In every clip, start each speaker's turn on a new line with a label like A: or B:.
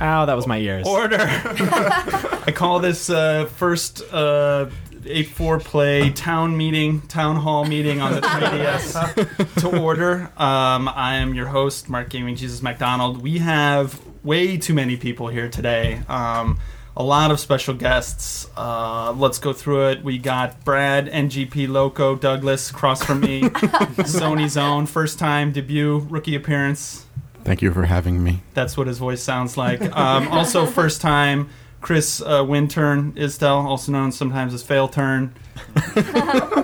A: Ow, that was my ears.
B: Order. I call this uh, first uh, A4 play town meeting, town hall meeting on the 3DS to order. Um, I am your host, Mark Gaming Jesus McDonald. We have way too many people here today. Um, a lot of special guests. Uh, let's go through it. We got Brad, NGP Loco, Douglas, across from me, Sony's own first time debut rookie appearance.
C: Thank you for having me.
B: That's what his voice sounds like. Um, also, first time Chris uh, Winturn Istel, also known sometimes as Fail Turn.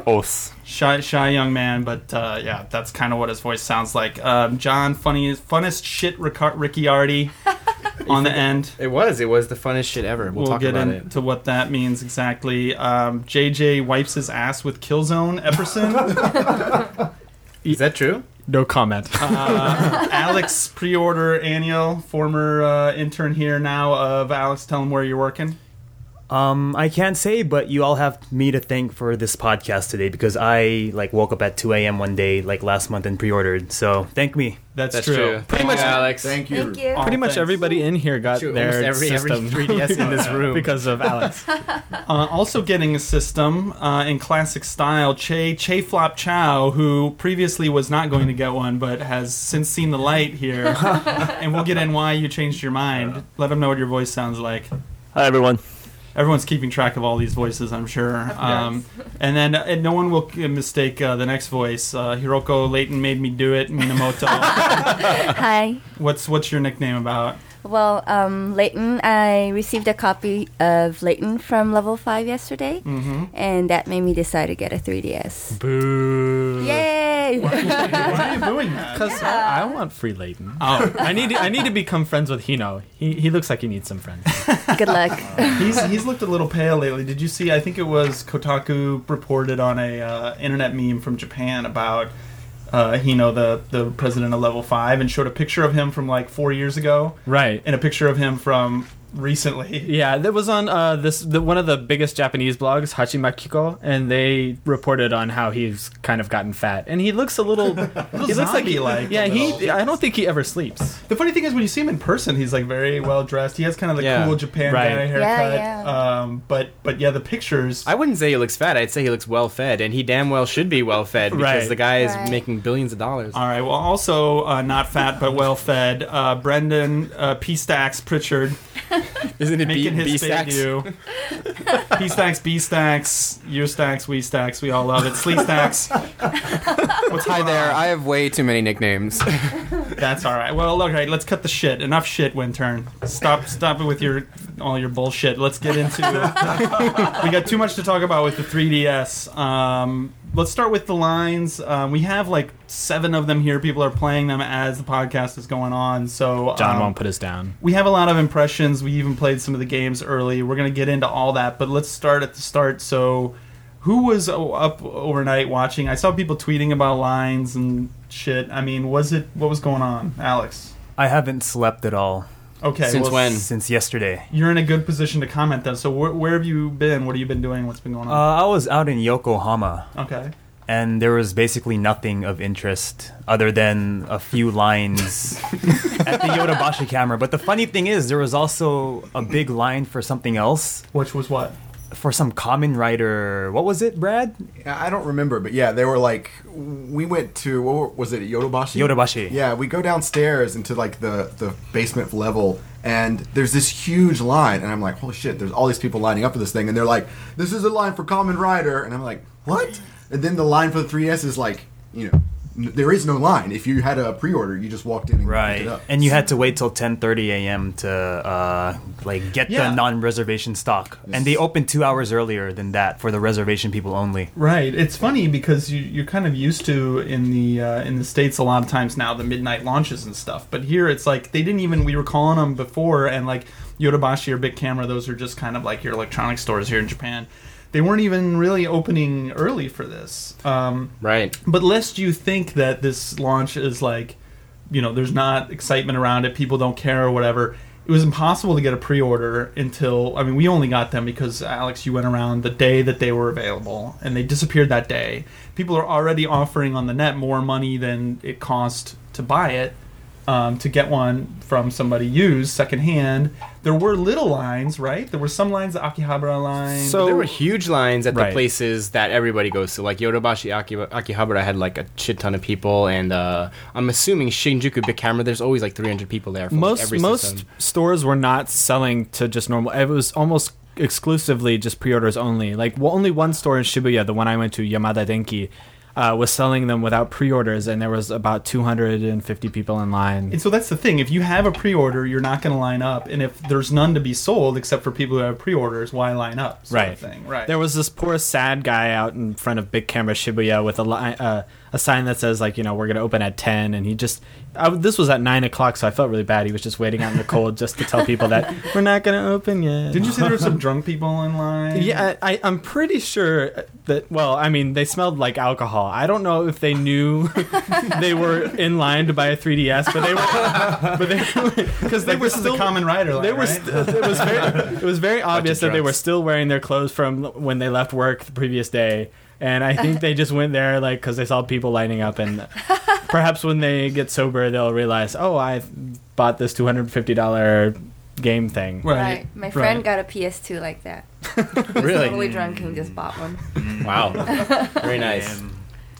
C: Os.
B: Shy, shy young man, but uh, yeah, that's kind of what his voice sounds like. Um, John, funny, funnest shit, Rica- Ricciardi on the end.
D: It was. It was the funnest shit ever. We'll,
B: We'll,
D: talk
B: get
D: about
B: into what that means exactly. Um, JJ wipes his ass with Killzone Epperson.
D: it. Is that true?
A: No comment.
B: uh, Alex pre-order Annual, former uh, intern here now of Alex. Tell him where you're working.
E: Um, I can't say, but you all have me to thank for this podcast today because I like woke up at 2 a.m. one day, like last month, and pre-ordered. So thank me.
B: That's,
D: That's
B: true.
D: true.
B: Pretty much.
D: Alex.
F: Thank you.
G: Thank you.
B: Oh,
A: Pretty much
B: thanks.
A: everybody in here got
D: Shoot,
A: their
D: almost every, every
A: system
D: 3DS in this room.
A: because of Alex.
B: Uh, also getting a system uh, in classic style, Che Che Flop Chow, who previously was not going to get one, but has since seen the light here. and we'll get in why you changed your mind. Let him know what your voice sounds like.
H: Hi everyone.
B: Everyone's keeping track of all these voices, I'm sure. Um, and then uh, and no one will uh, mistake uh, the next voice. Uh, Hiroko Leighton made me do it. Minamoto.
G: Hi.
B: what's what's your nickname about?
G: Well, um, Leighton, I received a copy of Leighton from Level 5 yesterday,
B: Mm-hmm.
G: and that made me decide to get a 3DS.
A: Boo.
G: Yay!
B: Why are you doing that?
A: Because I want free Layton.
B: Oh,
A: I need to, I need to become friends with Hino. He he looks like he needs some friends.
G: Good luck.
B: He's he's looked a little pale lately. Did you see? I think it was Kotaku reported on a uh, internet meme from Japan about uh, Hino, the the president of Level Five, and showed a picture of him from like four years ago
A: Right.
B: and a picture of him from recently.
A: Yeah, that was on uh, this the, one of the biggest Japanese blogs, Hachimakiko, and they reported on how he's kind of gotten fat, and he looks a little, he looks like he
B: zombie-like,
A: Yeah,
B: a
A: he.
B: little.
A: I don't think he ever sleeps.
B: The funny thing is, when you see him in person, he's like very well dressed. He has kind of the
D: Yeah.
B: cool Japan
A: Right.
B: guy
A: Yeah,
B: haircut.
G: yeah.
B: Um, but but yeah, the pictures.
D: I wouldn't say he looks fat. I'd say he looks well fed, and he damn well should be well fed because
A: Right.
D: the guy is
G: Right.
D: making billions of dollars.
B: All right. Well, also uh, not fat but well fed. Uh, Brendan uh, P Stacks Pritchard.
D: Isn't it
B: making
D: B, B
B: his
D: stacks?
B: debut. P stacks, B stacks, your stacks, we stacks, we all love it. Slee stacks. What's
I: Hi
B: going
I: there.
B: on?
I: I have way too many nicknames.
B: That's all right. Well, okay, let's cut the shit. Enough shit, Wintern. Stop, stop it with your all your bullshit. Let's get into. we got too much to talk about with the 3DS. Um, let's start with the lines. Um, we have like seven of them here. People are playing them as the podcast is going on. So
A: John
B: um,
A: won't put us down.
B: we have a lot of impressions. We even played some of the games early. We're going to get into all that, but let's start at the start. So, who was o- up overnight watching? I saw people tweeting about lines and shit. I mean, was it what was going on, Alex?
E: I haven't slept at all
B: Okay,
D: Since
B: well,
D: when?
E: since yesterday.
B: You're in a good position to comment then. So, where where have you been? What have you been doing? What's been going
E: Uh,
B: on?
E: I was out in Yokohama,
B: okay.
E: and there was basically nothing of interest other than a few lines at the Yodobashi camera. But the funny thing is, there was also a big line for something else,
B: Which was what?
E: for some common writer. What was it, Brad?
F: I don't remember, but yeah, they were like, we went to what was it, Yodobashi?
E: Yodobashi.
F: Yeah, we go downstairs into like the the basement level, and there's this huge line, and I'm like, holy shit! There's all these people lining up for this thing, and they're like, this is a line for Common Rider, and I'm like, what? And then the line for the 3S is like, you know, n- there is no line. If you had a pre-order, you just walked in and picked it
E: Right,
F: up.
E: and you had to wait till 10:30 a.m. to uh, like get
B: Yeah.
E: the non-reservation stock, and they opened two hours earlier than that for the reservation people only.
B: Right. It's funny because you, you're kind of used to in the uh, in the states a lot of times now the midnight launches and stuff, but here it's like they didn't even we were calling them before and like Yodobashi or Big Camera those are just kind of like your electronic stores here in Japan. They weren't even really opening early for this. Um,
D: Right.
B: but lest you think that this launch is like, you know, there's not excitement around it, people don't care or whatever. It was impossible to get a pre-order until I mean, we only got them because Alex, you went around the day that they were available, and they disappeared that day. People are already offering on the net more money than it cost to buy it. um, to get one from somebody used secondhand. There were little lines, right? There were some lines, the Akihabara line.
A: So-
D: there were huge lines at
A: Right.
D: the places that everybody goes to. Like Yodobashi Aki- Akihabara had like a shit ton of people, and uh, I'm assuming Shinjuku Big Camera. There's always like 300 people there. From, like,
A: most
D: every
A: most
D: system.
A: stores were not selling to just normal. It was almost exclusively just pre-orders only. Like well, only one store in Shibuya, the one I went to, Yamada Denki, uh, was selling them without pre-orders, and there was about 250 people in line.
B: And so that's the thing. If you have a pre-order, you're not going to line up, and if there's none to be sold except for people who have pre-orders, why line up? Sort
A: right.
B: Of thing. Right.
A: There was this poor sad guy out in front of Big Camera Shibuya with a li- uh, a sign that says like you know we're gonna open at ten, and he just I, this was at nine o'clock, so I felt really bad. He was just waiting out in the cold just to tell people that we're not gonna open yet.
B: Didn't you say there were some drunk people in line?
A: Yeah, I, I- I'm pretty sure that. Well, I mean, they smelled like alcohol. I don't know if they knew they were in line to buy a 3ds, but they were, but they because they
B: Like,
A: were
B: this is
A: still.
B: a common rider line.
A: they were.
B: right?
A: St- it was very. It was very obvious that they were
D: drugs.
A: still wearing their clothes from when they left work the previous day, and I think they just went there like because they saw people lining up, and perhaps when they get sober, they'll realize, oh, I bought this two hundred fifty dollar game thing.
B: right.
G: Right. My friend got a PS2 like that.
D: really
G: Totally drunk and just bought one.
D: wow, very nice.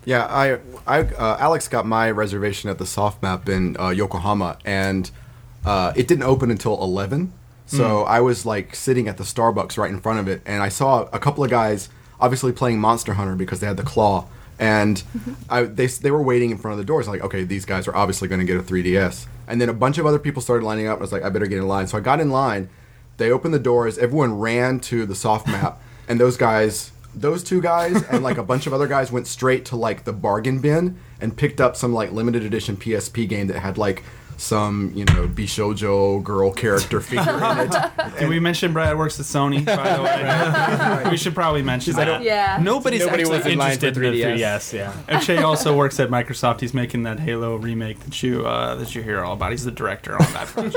F: Yeah, I, I, uh, Alex got my reservation at the soft map in uh, Yokohama, and uh, it didn't open until eleven. So I was like sitting at the Starbucks right in front of it, and I saw a couple of guys obviously playing Monster Hunter because they had the claw, and I, they s- they were waiting in front of the doors. Like, okay, these guys are obviously going to get a 3DS, and then a bunch of other people started lining up. and I was like, I better get in line. So I got in line. They opened the doors. Everyone ran to the soft map, and those guys, those two guys, and like a bunch of other guys went straight to like the bargain bin and picked up some like limited edition PSP game that had like some you know Bishojo girl character figure in it.
B: Did we mention Brad works at Sony? By the way, we should probably mention that.
G: Yeah.
A: Nobody's
D: Nobody
A: actually
D: was in line for
A: interested in the
D: 3DS.
A: 3DS. Yeah.
B: Oche also works at Microsoft. He's making that Halo remake that you uh, that you hear all about. He's the director on that project.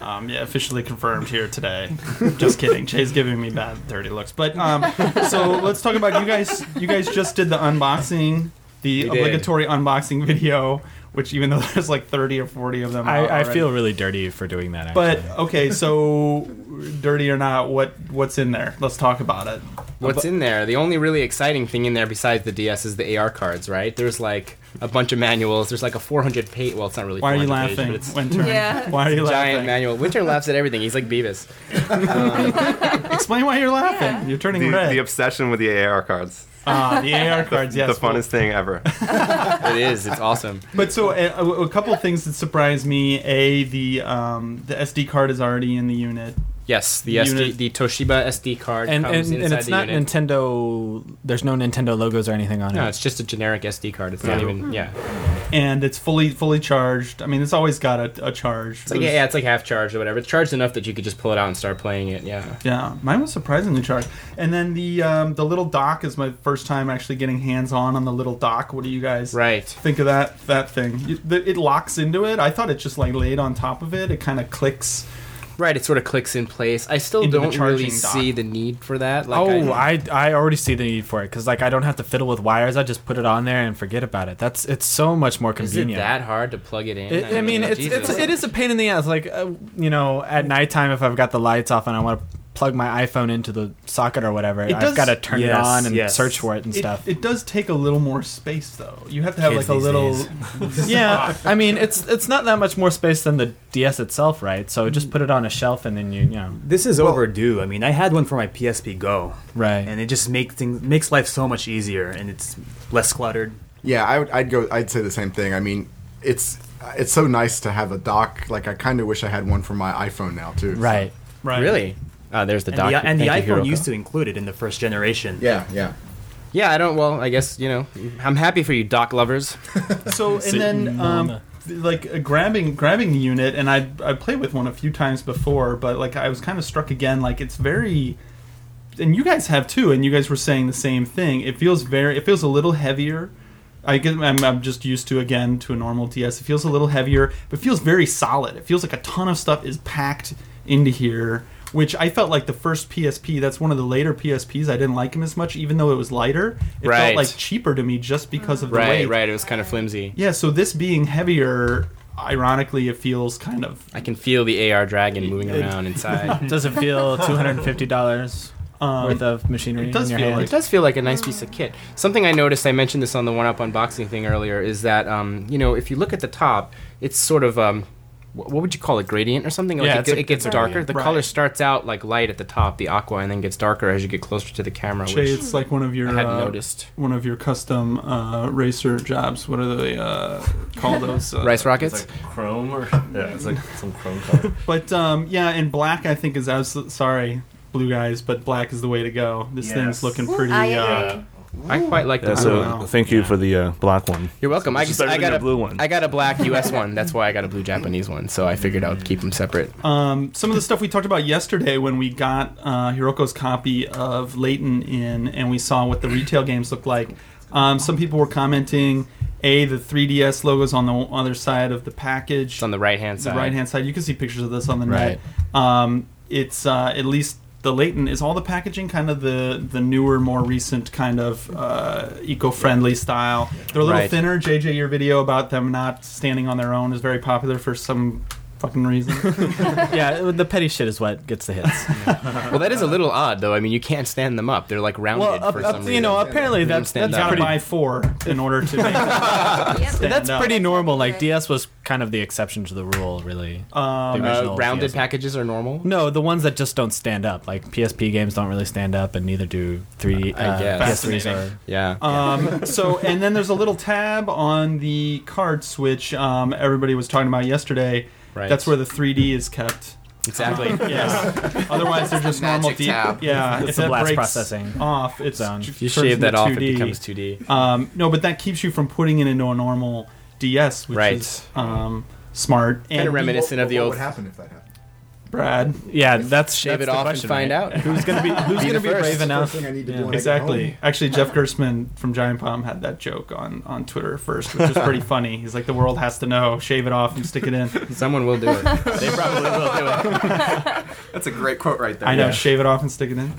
B: um, yeah, officially confirmed here today. Just kidding. Che's giving me bad dirty looks. But um, so let's talk about you guys. You guys just did the unboxing, the
D: We did.
B: obligatory unboxing video, which even though there's like 30 or 40 of them, out
A: I, I
B: already.
A: feel really dirty for doing that. Actually.
B: But okay, so dirty or not, what what's in there? Let's talk about it.
D: What's in there? The only really exciting thing in there besides the DS is the AR cards, right? There's like a bunch of manuals. There's like a 400 page. Well, it's not really.
B: Why are you
D: 400 page,
B: laughing,
D: but it's
B: Winter?
G: Yeah.
B: Why are you laughing?
D: giant manual. Winter laughs at everything. He's like Beavis.
B: Explain why you're laughing.
G: Yeah.
B: You're turning
H: The,
B: red.
H: the obsession with the AR cards.
B: Ah, the AR cards, yes.
H: the funnest thing ever.
D: It is. It's awesome.
B: But so a, a- a couple of things that surprised me. A, the um, the SD card is already in the unit.
D: Yes, the
B: Unit-
D: SD, the Toshiba SD card
A: and
D: comes
A: and,
D: inside
A: and it's
D: the
A: not
D: unit.
A: Nintendo. There's no Nintendo logos or anything on
D: No,
A: it.
D: it's just a generic SD card. It's not
H: Yeah.
D: even. Yeah,
B: Hmm. And it's fully fully charged. I mean, it's always got a, a charge.
D: it's like yeah, it's like half charged or whatever. It's charged enough that you could just pull it out and start playing it. Yeah.
B: Yeah, mine was surprisingly charged. And then the um, the little dock is my first time actually getting hands on on the little dock. What do you guys
D: Right.
B: think of that that thing? You- the- It locks into it. I thought it just like laid on top of it. It kind of clicks.
D: Right. It sort of clicks in place. I still
B: Into the
D: don't really
B: charging dock.
D: see the need for that. Like
A: Oh, I, I already see the need for it because like I don't have to fiddle with wires. I just put it on there and forget about it. That's it's so much more
D: is it
A: convenient.
D: that hard to plug it in? Oh,
A: It- I
B: Oh,
A: mean, it's, it's
D: Jesus.
A: it is a pain in the ass. Like uh, you know, at nighttime if I've got the lights off and I want to plug my iPhone into the socket or whatever,
B: It does-
A: I've got to turn it
E: Yes,
A: on and
E: yes.
A: search for it and
B: It,
A: stuff.
B: it does take a little more space though. You have to have
E: Kids
B: like a
E: these
B: little.
E: days.
A: yeah, I mean, it's it's not that much more space than the DS itself, right? So
B: Mm.
A: just put it on a shelf and then you you know
E: This is overdue. I mean, I had one for my PSP Go,
A: right.
E: and it just makes things makes life so much easier, and it's less cluttered.
F: Yeah, I would, I'd go. I'd say the same thing. I mean, it's it's so nice to have a dock. Like, I kind of wish I had one for my iPhone now too. so-
A: right.
B: Right.
D: really. Ah, there's the
E: And
D: dock.
E: the, and the
D: Thank you,
E: iPhone
D: Hiroko.
E: used to include it in the first generation.
F: Yeah, yeah.
D: Yeah, I don't. Well, I guess you know. I'm happy for you, dock lovers.
B: So and then um, like uh, grabbing grabbing the unit, and I I played with one a few times before, but like I was kind of struck again. Like it's very, and you guys have too, and you guys were saying the same thing. It feels very, it feels a little heavier. I get, I'm, I'm just used to again to a normal DS. It feels a little heavier, but feels very solid. It feels like a ton of stuff is packed into here. Which I felt like the first PSP. That's one of the later PSPs. I didn't like him as much, even though it was lighter. It felt
D: Right.
B: like cheaper to me just because of the
D: right.
B: weight.
D: Right. It was kind of flimsy.
B: Yeah, so this being heavier, ironically, it feels kind of
D: I can feel the AR dragon moving around inside.
A: Does it feel two hundred and fifty dollars worth of machinery
B: it does
A: in your
B: feel
A: hand?
B: like
D: It does feel like a nice piece of kit. Something I noticed, I mentioned this on the One Up unboxing thing earlier, is that um, you know if you look at the top, it's sort of um, wh- what would you call it, gradient or something? Like
A: Yeah,
D: it,
A: it's
D: ge-
A: a-
D: it
G: it's
D: gets
G: a
D: darker.
G: gradient.
D: The
B: Right.
D: color starts out like light at the top, the aqua, and then gets darker as you get closer to the camera,
B: Shay,
D: which
B: it's like one of your
D: I hadn't
B: uh,
D: noticed.
B: one of your custom uh, racer jobs. What are they uh, call those? Uh,
D: Rice rockets.
J: chrome or yeah, it's like some chrome color.
B: But um, yeah, and black I think is absolutely sorry, blue guys, but black is the way to go. This
J: Yes.
B: thing's looking pretty.
G: I
B: uh,
G: agree.
D: I quite like
J: Yeah,
D: that.
J: so
B: so- Wow.
J: thank you for the uh, black one.
D: You're welcome. I,
J: It's just
D: I
J: everything
D: got a
J: a blue one.
D: I got a black U.S. one. That's why I got a blue Japanese one. So I figured I would keep them separate.
B: Um, some of the stuff we talked about yesterday when we got uh, Hiroko's copy of Leighton in and we saw what the retail games looked like. Um, some people were commenting, A, the 3DS logos on the other side of the package,
D: It's on the right hand
B: the
D: side.
B: right hand side. You can see pictures of this on the
D: Right.
B: net. Um, it's uh, at least the Leighton is all the packaging kind of the, the newer, more recent kind of uh, eco friendly style. They're a little
D: Right.
B: thinner. JJ, your video about them not standing on their own is very popular for some fucking reason.
A: yeah, the petty shit is what gets the hits.
D: Well, that is a little odd though. I mean, you can't stand them up. They're like rounded
A: well, up,
D: for
A: up-
D: some reason.
A: you know, apparently
D: Make 'em
A: that's
D: stand
A: that's
D: up.
B: gotta
A: pretty
B: buy four in order to make
G: Yep.
B: stand
A: that's
B: up.
A: pretty normal. Like
G: Right.
A: DS was kind of the exception to the rule, really.
B: Um,
A: The
D: uh,
A: original
D: rounded
A: PS1.
D: packages are normal.
A: No, the ones that just don't stand up. Like PSP games don't really stand up, and neither do three
D: I
A: uh,
D: guess.
A: PS3s.
B: Fascinating.
A: Are,
D: Yeah.
B: um, so, and then there's a little tab on the card switch um, everybody was talking about yesterday.
D: Right.
B: That's where the 3D is kept.
D: exactly.
B: Yes. Otherwise, they're just
I: The
B: normal.
I: magic tab.
B: Yeah.
A: It's
B: if
A: the
B: that
A: blast
B: breaks
A: processing
B: off. It's
A: zone.
B: ju-
D: You
B: turns
D: shave that
B: into
D: off,
B: 2D.
D: it becomes 2D.
B: Um, no, but that keeps you from putting it into a normal DS, which
D: Right.
B: is um, smart.
D: Kinda
B: And
D: remi- Reminiscent
F: What-
D: of the
F: what
D: old-
F: would happen if that happened?
B: Brad,
A: yeah, that's
D: Shave
A: that's
D: it
A: the
D: off
A: question,
D: and find
A: right?
D: out.
A: Who's gonna be who's
D: Be
A: gonna
D: the
A: be
D: first.
A: brave enough?
F: First thing I need to
A: Yeah.
F: do when I get
B: Exactly.
F: home.
B: Actually, Jeff Gerstmann from Giant Bomb had that joke on, on Twitter first, which is pretty funny. He's like, the world has to know, shave it off and stick it in.
D: Someone will do it. They probably will do it.
I: That's a great quote right there.
B: I know, shave it off and stick it in.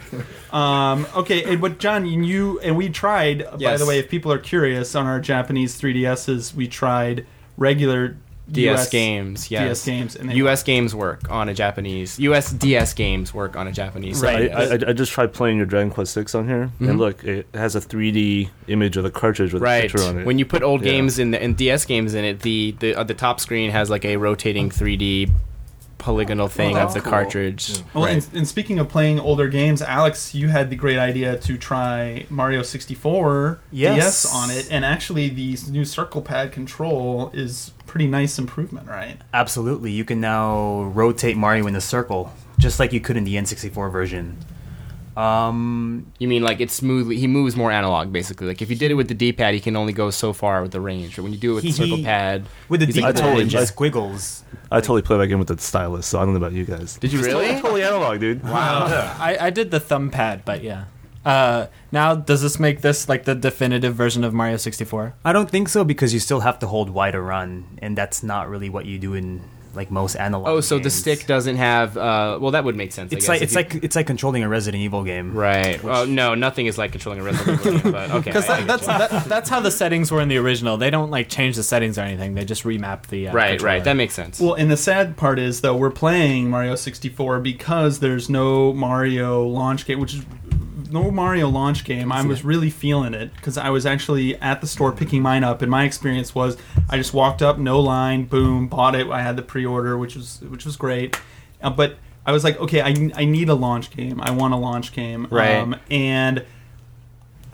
B: Um, okay, and what John and you and we tried. By
D: Yes.
B: the way, if people are curious on our Japanese 3DSs, we tried regular
D: DS
B: US
D: games, yes.
B: DS games, and they,
D: US games work on a Japanese. US DS games work on a Japanese.
A: Right.
J: I,
D: Yes.
J: I, I I just tried playing your Dragon Quest Six on here, and look, it has a 3D image of the cartridge with a
D: Mm-hmm. Right.
J: picture on it.
D: When you put old
J: Yeah.
D: games in the and DS games in it, the the uh, the top screen has like a rotating 3D polygonal thing
I: Oh,
D: of the
I: cool.
D: cartridge.
B: Well,
D: Right.
B: and, and speaking of playing older games, Alex, you had the great idea to try Mario 64
E: Yes.
B: DS on it, and actually the new circle pad control is pretty nice improvement, right?
E: Absolutely. You can now rotate Mario in a circle, just like you could in the N64 version. Um,
D: You mean like it's smoothly? He moves more analog, basically. Like if you did it with the D-pad, he can only go so far with the range. But when you do it with
E: He-
D: the circle
E: he-
D: pad,
E: with the
D: he's
E: D-pad,
D: like a
J: totally-
E: it
D: ninja.
E: just squiggles.
J: I totally play that game with the stylus, so I don't know about you guys.
D: Did you really?
J: Totally analog, dude. Wow.
A: I, I did the thumb pad, but yeah. Uh, now, does this make this like the definitive version of Mario 64?
E: I don't think so because you still have to hold Y to run, and that's not really what you do in like most analog.
D: Oh, so the
E: games.
D: stick doesn't have. Uh, well, that would make sense.
E: It's
D: I
E: like
D: guess,
E: it's
D: if
E: like it's like controlling a Resident Evil game.
D: you- right. Well, no, nothing is like controlling a Resident Evil game, but okay.
A: Because
D: I-
A: that,
D: I get
A: that's
D: you.
A: that, that's how the settings were in the original. They don't like change the settings or anything. They just remap the uh,
D: right,
A: controller.
D: right. That makes sense.
B: Well, and the sad part is though we're playing Mario 64 because there's no Mario launch game, which is no Mario launch game. I was really feeling it because I was actually at the store picking mine up, and my experience was I just walked up, no line, boom, bought it. I had the pre-order, which was which was great, uh, but I was like, okay, I, I need a launch game. I want a launch game, Um,
D: Right.
B: and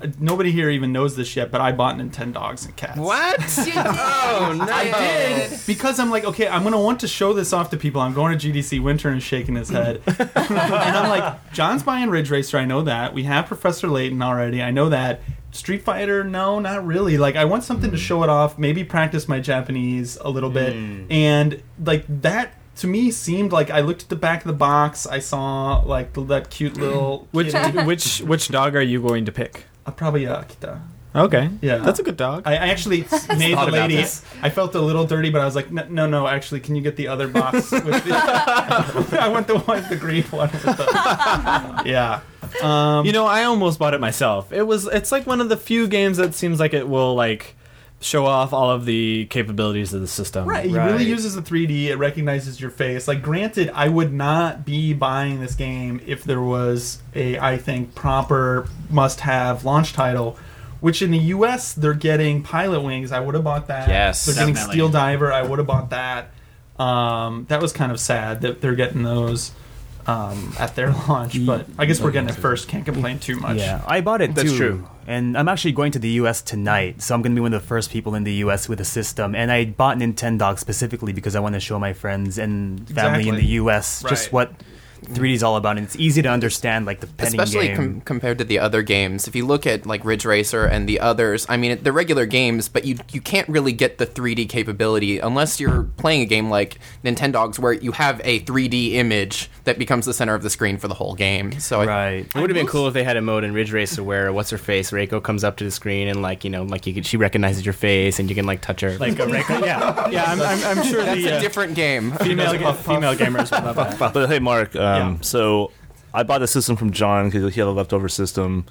B: uh, nobody here even knows this yet, but I bought Nintendogs and cats.
D: what?
I: Oh, no.
D: I
I: did.
B: Because I'm like, okay, I'm gonna want to show this off to people. I'm going to GDC Winter and shaking his head, and I'm like, John's buying Ridge Racer. I know that. We have Professor Layton already. I know that. Street Fighter? No, not really. Like, I want something
A: Hmm.
B: to show it off. Maybe practice my Japanese a little bit,
A: Hmm.
B: and like that. To me, seemed like I looked at the back of the box. I saw like that cute little
A: Which
B: kitty.
A: which which dog are you going to pick?
B: Uh, probably uh, Akita.
A: Okay,
B: Yeah.
A: that's a good dog.
B: I I actually made the
D: thought about
B: lady.
D: this.
B: I felt a little dirty, but I was like, no, no, no actually, can you get the other box? With the, I want the one, the green one. With the, yeah. Um,
A: you know, I almost bought it myself. It was it's like one of the few games that seems like it will like show off all of the capabilities of the system.
B: Right, it really uses the 3D. It recognizes your face. Like, granted, I would not be buying this game if there was a, I think, proper must-have launch title. Which in the U.S. they're getting Pilot Wings. I would have bought that.
D: Yes.
B: they're getting
D: Definitely.
B: Steel Diver. I would have bought that. Um, that was kind of sad that they're getting those um, at their launch. But I guess we're getting it first. Can't complain too much.
E: Yeah, I bought it
B: That's
E: too.
B: true.
E: And I'm actually going to the US tonight, so I'm going to be one of the first people in the US with a system. And I bought Nintendo specifically because I want to show my friends and family in
I: Exactly.
E: the US just
I: Right.
E: what 3D is all about. And it's easy to understand, like the penning
I: especially
E: game.
I: com- compared to the other games. If you look at like Ridge Racer and the others, I mean, they're regular games, but you you can't really get the 3D capability unless you're playing a game like Nintendogs, where you have a 3D image that becomes the center of the screen for the whole game. So
E: right,
D: It would have been cool if they had a mode in Ridge Racer where what's her face Reiko comes up to the screen and like you know like you could, she recognizes your face and you can like touch her
A: Like a Reiko- yeah. Yeah, I'm- I'm- I'm sure
I: that's
A: the,
I: a
A: uh,
I: different game.
A: female ga- female gamers will love that.
J: But hey, Mark. Um, So I bought the system from John because he had a leftover system.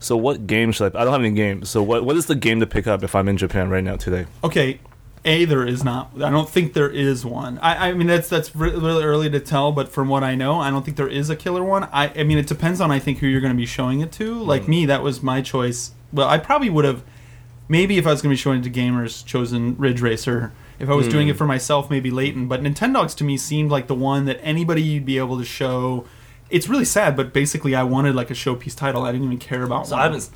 J: So what game should I? I don't have any games. So what what is the game to pick up if I'm in Japan right now today?
B: Okay, a there is not. I don't think there is one. I, I mean that's that's re- really early to tell, but from what I know, I don't think there is a killer one. I I mean it depends on I think who you're going to be showing it to. Like
J: Hmm.
B: me, that was my choice. Well, I probably would have maybe if I was going to be showing it to gamers, chosen Ridge Racer. If I was doing
I: Hmm.
B: it for myself, maybe Leighton. But Nintendogs to me seemed like the one that anybody you'd be able to show. It's really sad, but basically, I wanted like a showpiece title. I didn't even care about.
J: So
B: one.
J: I haven't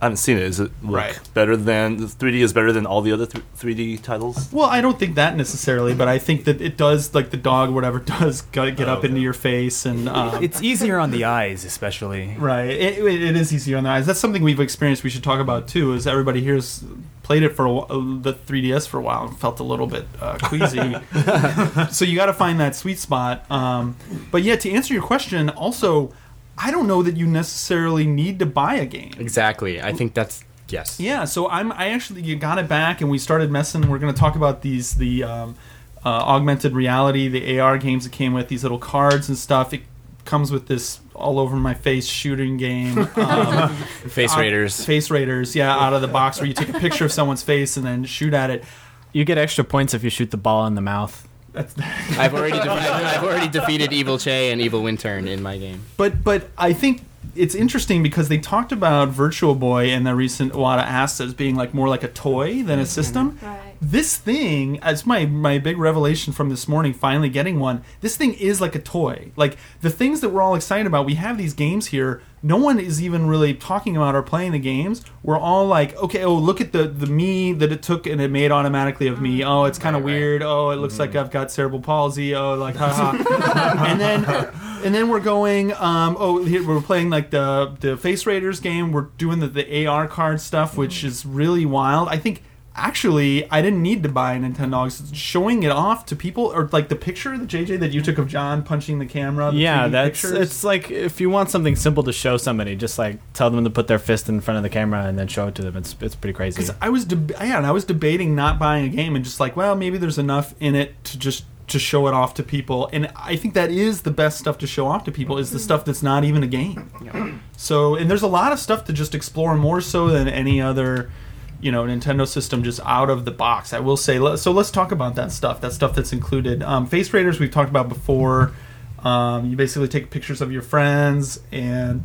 J: I haven't seen it. Is it like better than the 3D is better than all the other th- 3D titles?
B: Well, I don't think that necessarily, but I think that it does, like the dog, whatever, does get, get up into your face, and um,
E: uh, it's easier on the eyes, especially.
B: right. It, it, it is easier on the eyes. That's something we've experienced. We should talk about too. Is everybody here's played it for a, wh- uh, the 3ds for a while and felt a little bit uh, queasy. so you got to find that sweet spot. Um, but yeah, to answer your question, also, I don't know that you necessarily need to buy a game.
D: exactly I think that's yes
B: Yeah, so I'm I actually you got it back, and we started messing. We're going to talk about these the um, uh, augmented reality, the AR games that came with these little cards and stuff. It comes with this all over my face shooting game, um,
D: Face
B: out-
D: Raiders.
B: face raiders. Yeah, out of the box where you take a picture of someone's face and then shoot at it.
A: You get extra points if you shoot the ball in the mouth.
D: I've already de- I've already defeated Evil Che and Evil Wintern in my game
B: But but I think it's interesting because they talked about Virtual Boy and their recent WADA Asta as being like more like a toy than a system. This thing, as my my big revelation from this morning, finally getting one. This thing is like a toy. Like the things that we're all excited about. We have these games here. No one is even really talking about or playing the games. We're all like, okay, oh look at the the me that it took and it made automatically of me. Oh, it's kind of weird. Oh, it looks like I've got cerebral palsy. Oh, like haha. and then and then we're going. Um, oh, here, we're playing like the the Face Raiders game. We're doing the, the AR card stuff, which is really wild. I think actually I didn't need to buy a Nintendogs. Showing it off to people or like the picture that JJ that you took of John punching the camera. The
A: yeah,
B: 3D
A: that's
B: pictures.
A: it's like if you want something simple to show somebody, just like tell them to put their fist in front of the camera and then show it to them. It's it's pretty crazy.
B: I was deb- yeah, and I was debating not buying a game and just like, well, maybe there's enough in it to just to show it off to people. And I think that is the best stuff to show off to people is the stuff that's not even a game. So, and there's a lot of stuff to just explore more so than any other, you know, Nintendo system just out of the box. I will say. le- So let's talk about that stuff. That stuff that's included. Um, Face Raiders we've talked about before. Um, you basically take pictures of your friends and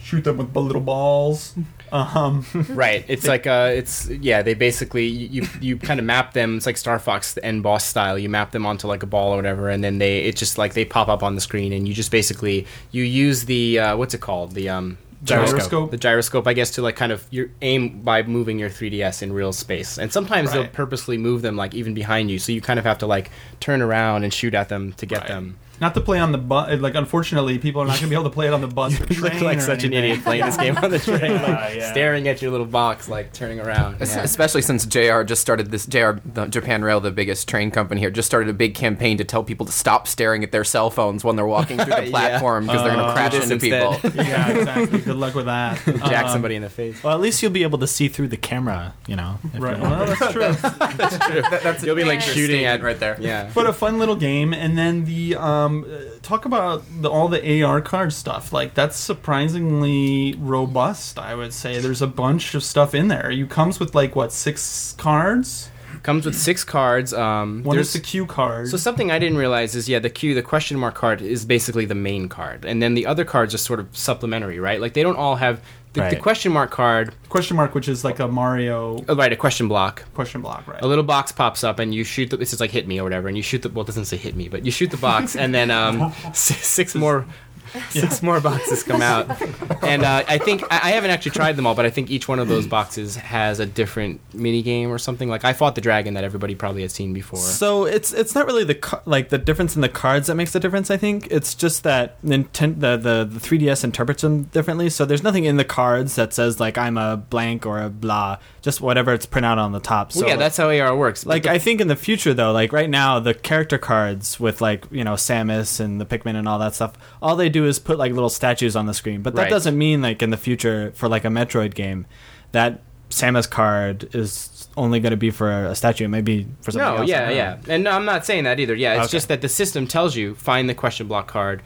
B: shoot them with little balls. Um,
D: right it's like uh it's yeah they basically you you- you kind of map them it's like Star Fox the end boss style you map them onto like a ball or whatever and then they it's just like they pop up on the screen and you just basically you use the uh, what's it called the um
B: Gyroscope.
D: the gyroscope I guess to like kind of your aim by moving your 3ds in real space and sometimes they'll
B: Right.
D: purposely move them like even behind you so you kind of have to like turn around and shoot at them to get them
B: Not to play on the bus. Like, unfortunately, people are not going to be able to play it on the bus. or
D: you look
B: train
D: like
B: or
D: such an
B: anything.
D: idiot playing this game on the train like,
B: yeah.
D: staring at your little box like turning around
I: Es-
D: Yeah.
I: Especially since JR just started this, JR, the Japan Rail, the biggest train company here, just started a big campaign to tell people to stop staring at their cell phones when they're walking through the
D: Yeah.
I: platform because they're going
D: Uh,
I: to crash
D: do this
I: into
D: instead.
I: people.
B: yeah, exactly. Good luck with that.
D: jack
B: Um,
D: somebody in the face
A: Well, at least you'll be able to see through the camera, you know. if you
B: Right.
A: want.
B: Well, that's true.
I: That- that's
D: you'll be like
I: dangerous
D: shooting
I: statement
D: at
I: right there.
D: yeah
B: But a fun little game, and then the um, um, uh, talk about the, all the AR card stuff. Like that's surprisingly robust. I would say there's a bunch of stuff in there. You comes with like what six cards?
D: Comes with six cards. Um,
B: One
D: there's-
B: is the cue card.
D: So something I didn't realize is yeah, the Q, the question mark card is basically the main card, and then the other cards are sort of supplementary, right? Like they don't all have the, the
B: Right.
D: question mark card.
B: question mark, which is like a Mario
D: Oh, right, a question block.
B: question block, right?
D: A little box pops up, and you shoot the. It says like hit me or whatever, and you shoot the. Well, it doesn't say hit me, but you shoot the box, and then um, six, six more. Six more boxes come out, and uh, I think I, I haven't actually tried them all, but I think each one of
A: Mm.
D: those boxes has a different mini game or something. Like I fought the dragon that everybody probably had seen before.
A: So it's it's not really the ca- like the difference in the cards that makes the difference. I think it's just that Nintendo the, the the 3DS interprets them differently. So there's nothing in the cards that says like I'm a blank or a blah. Just whatever it's printed out on the top. So
D: Well, yeah,
A: like,
D: that's how AR works. but
A: like
D: the-
A: I think in the future though, like right now the character cards with like you know Samus and the Pikmin and all that stuff, all they do is put like little statues on the screen. But that
D: Right.
A: doesn't mean like in the future for like a Metroid game, that Samus card is only going to be for a statue. It may be for something
D: no,
A: else. I
D: yeah,
A: don't know.
D: yeah, Uh, and no, I'm not saying that either. Yeah, it's
A: Okay.
D: just that the system tells you find the question block card.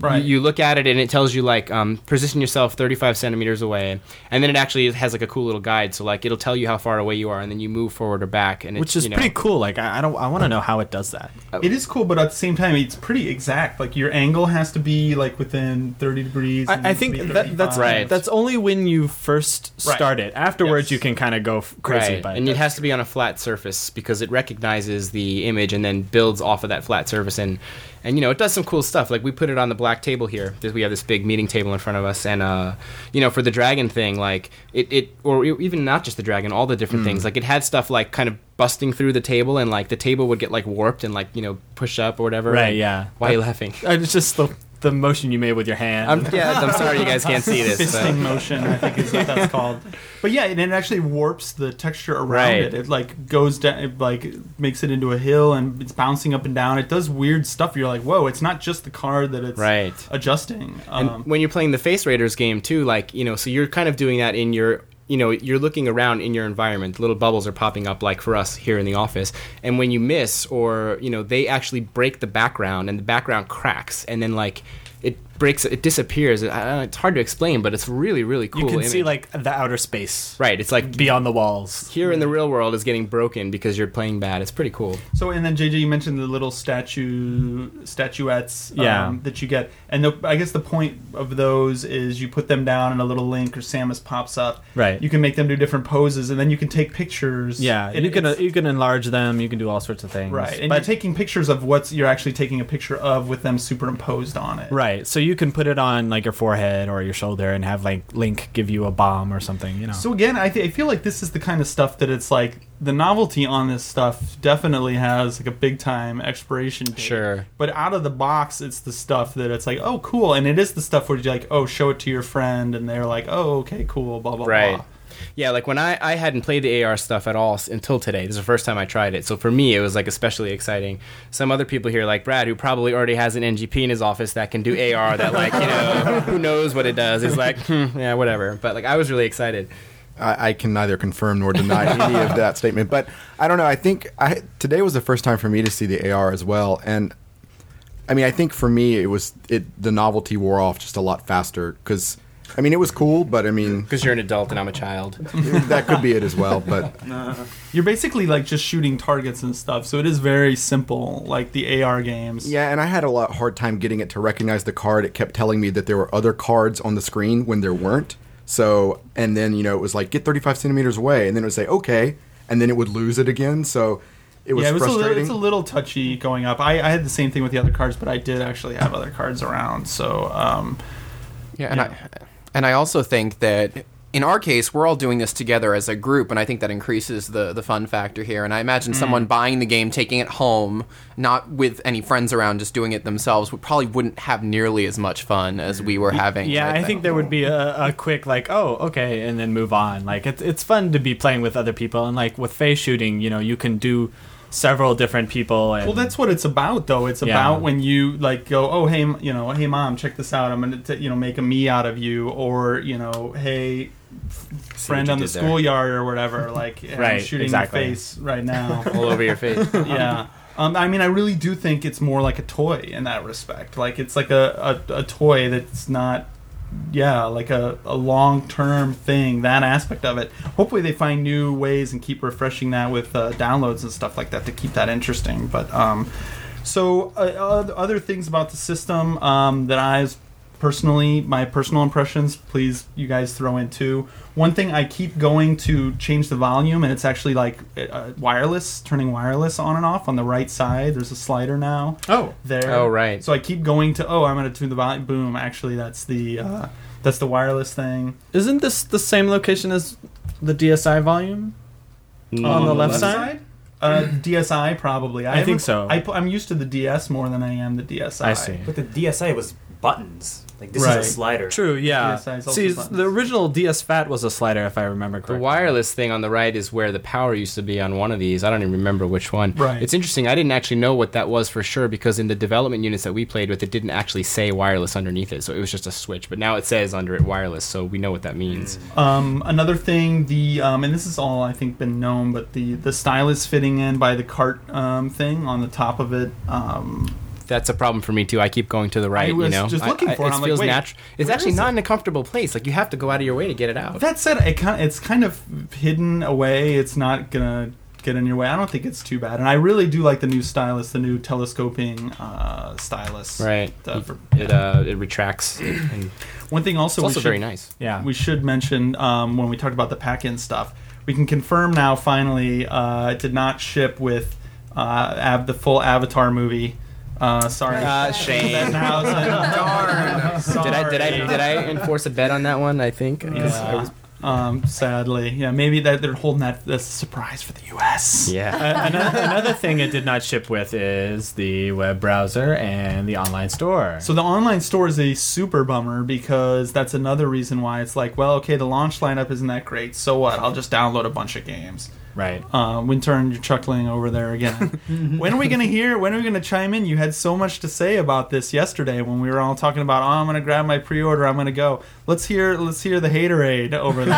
B: Right.
D: You, you look at it and it tells you like um, position yourself 35 centimeters away, and then it actually has like a cool little guide. So like it'll tell you how far away you are, and then you move forward or back, and it's,
A: which is
D: you know,
A: pretty cool. Like I, I don't, I want to know how it does that.
B: It is cool, but at the same time, it's pretty exact. Like your angle has to be like within thirty degrees. and
A: I, I
B: needs to
A: think
B: be
A: that, that's
B: 35.
D: Right.
A: that's only when you first
B: Right.
A: start it. Afterwards,
B: Yes.
A: you can kind of go f- crazy.
D: Right.
A: But
D: And it has to be on a flat surface because it recognizes the image and then builds off of that flat surface and and you know it does some cool stuff. Like we put it on the black table here. There's- We have this big meeting table in front of us, and uh, you know for the dragon thing, like it, it or e- even not just the dragon, all the different
A: Hmm.
D: things. Like it had stuff like kind of busting through the table, and like the table would get like warped and like you know push up or whatever.
A: Right,
D: And-
A: yeah.
D: Why are you laughing?
A: Uh, it's just the the motion you made with your hand.
D: I'm, yeah, I'm sorry you guys can't see this. but-
B: fisting motion. I think is what that's called. But yeah, and it actually warps the texture around
D: Right.
B: it. It like goes down, it like makes it into a hill, and it's bouncing up and down. It does weird stuff. You're like, whoa! It's not just the card that it's
D: Right.
B: adjusting.
D: And
B: Um,
D: when you're playing the Face Raiders game too, like you know, so you're kind of doing that in your you know you're looking around in your environment little bubbles are popping up like for us here in the office and when you miss or you know they actually break the background and the background cracks and then like it breaks it disappears I, I- it's hard to explain but it's really really cool
A: you can see
D: image.
A: like the outer space
D: right it's like
A: beyond the walls.
D: here in the real world is getting broken because you're playing bad it's pretty cool
B: so, and then JJ, you mentioned the little statue statuettes,
A: Yeah.
B: um, that you get, and the, I guess the point of those is you put them down, and a little link or Samus pops up.
A: Right.
B: You can make them do different poses, and then you can take pictures.
A: Yeah,
B: And
A: you can
B: it's-
A: uh, you can enlarge them. You can do all sorts of things.
B: Right, and
A: but
B: you're taking pictures of what's you're actually taking a picture of with them superimposed on it.
A: right, so you can put it on like your forehead or your shoulder and have like Link give you a bomb or something. You know.
B: So again, I, th- I feel like this is the kind of stuff that it's like the novelty on this stuff definitely has like a big time expiration date.
D: Sure.
B: But out of the box, it's the stuff that it's like, oh, cool, and it is the stuff where you're like, oh, show it to your friend, and they're like, oh, okay, cool, blah blah
D: Right.
B: blah.
D: Yeah, like when I, I hadn't played the AR stuff at all s- until today. This is the first time I tried it. So for me, it was like especially exciting. Some other people here, like Brad, who probably already has an NGP in his office that can do AR that, like, you know, who knows what it does, is like, hmm, yeah, whatever. But like, I was really excited.
C: I, I can neither confirm nor deny any of that statement. But I don't know. I think I, today was the first time for me to see the AR as well, and I mean, I think for me it was it the novelty wore off just a lot faster because I mean it was cool, but I mean
D: Because you're an adult and I'm a child.
C: that could be it as well. But
B: You're basically like just shooting targets and stuff, so it is very simple, like the AR games.
C: yeah, and I had a lot hard time getting it to recognize the card. It kept telling me that there were other cards on the screen when there weren't. So and then you know it was like get 35 centimeters away, and then it would say okay, and then it would lose it again. So. It was,
B: yeah, it was a
C: frustrating.
B: little, it's a little touchy going up. I, I had the same thing with the other cards, but I did actually have other cards around. So, um,
I: Yeah, and I and I also think that in our case, we're all doing this together as a group, and I think that increases the the fun factor here. And I
D: Mm.
I: imagine someone buying the game, taking it home, not with any friends around, just doing it themselves, would probably wouldn't have nearly as much fun as we were having.
A: Yeah, I think there would be a, a quick like, oh, okay, and then move on. Like it's it's fun to be playing with other people, and like with face shooting, you know, you can do several different people. And
B: well, that's what it's about, though. It's
A: Yeah.
B: about when you like go, oh hey, m- you know, hey mom, check this out. I'm gonna t- you know make a me out of you, or you know, hey f- friend
D: you
B: on the
D: did there.
B: schoolyard or whatever. Like, hey, I'm
A: Right,
B: shooting
A: exactly.
B: your face right now.
D: All over your face.
B: yeah. Um, I mean, I really do think it's more like a toy in that respect. Like it's like a, a, a toy that's not, yeah, like a, a long term thing. That aspect of it. Hopefully, they find new ways and keep refreshing that with uh, downloads and stuff like that to keep that interesting. But um, so uh, oth- other things about the system um, that I was personally my personal impressions please you guys throw in too one thing i keep going to change the volume and it's actually like uh, wireless turning wireless on and off on the right side there's a slider now
D: Oh.
B: there
D: Oh, right.
B: so i keep going to oh i'm going to tune the volume boom actually that's the uh, that's the wireless thing
A: Isn't this the same location as the DSI volume? Mm. On the left side?
B: Uh, DSI probably. I,
A: I think
B: haven't-
A: so.
B: I, pu- I'm used to the DS more than I am the DSI.
A: I see.
E: But the DSI was buttons. Like this
B: Right.
E: is a slider.
A: True, yeah.
B: DSI is also
A: See,
B: buttons.
A: the original DS Fat was a slider, if I remember
D: The
A: correctly.
D: wireless thing on the right is where the power used to be on one of these. I don't even remember which one.
B: Right.
D: It's interesting. I didn't actually know what that was for sure because in the development units that we played with, it didn't actually say wireless underneath it, so it was just a switch. But now it says under it wireless, so we know what that means.
B: Um, another thing, the um, and this is all I think been known, but the the stylus fitting in by the cart um, thing on the top of it. Um,
D: That's a problem for me too. I keep going to the right.
B: was
D: you know,
B: just looking for it.
D: It
B: I'm like,
D: feels
B: wait,
D: natural. It's
B: where
D: actually
B: is
D: not
B: it?
D: in a comfortable place. Like you have to go out of your way to get it out.
B: that said, it kind it's kind of hidden away. It's not gonna get in your way. I don't think it's too bad, and I really do like the new stylus, the new telescoping uh, stylus.
D: right.
B: Uh, for-
D: It uh, it retracts. And
B: One thing also we
D: it's also
B: should-
D: very nice.
A: Yeah.
B: we should mention um, when we talked about the pack in stuff, we can confirm now finally uh, it did not ship with uh, av- the full Avatar movie. Uh, sorry.
D: Uh, shame.
B: Ben Housen.
D: Did I did I
B: Sorry.
D: did I enforce a bet on that one? I think. 'Cause I was-
B: Um, sadly, yeah, maybe that they're holding that as a surprise for the U.S.
D: yeah.
A: Uh, another, another thing it did not ship with is the web browser and the online store.
B: So the online store is a super bummer because that's another reason why it's like, well, okay, the launch lineup isn't that great. So what? I'll just download a bunch of games.
A: right.
B: Uh, Wintern, you're chuckling over there again. when are we going to hear? When are we going to chime in? You had so much to say about this yesterday when we were all talking about, oh, I'm going to grab my pre-order. I'm going to go. Let's hear. Let's hear the haterade over there.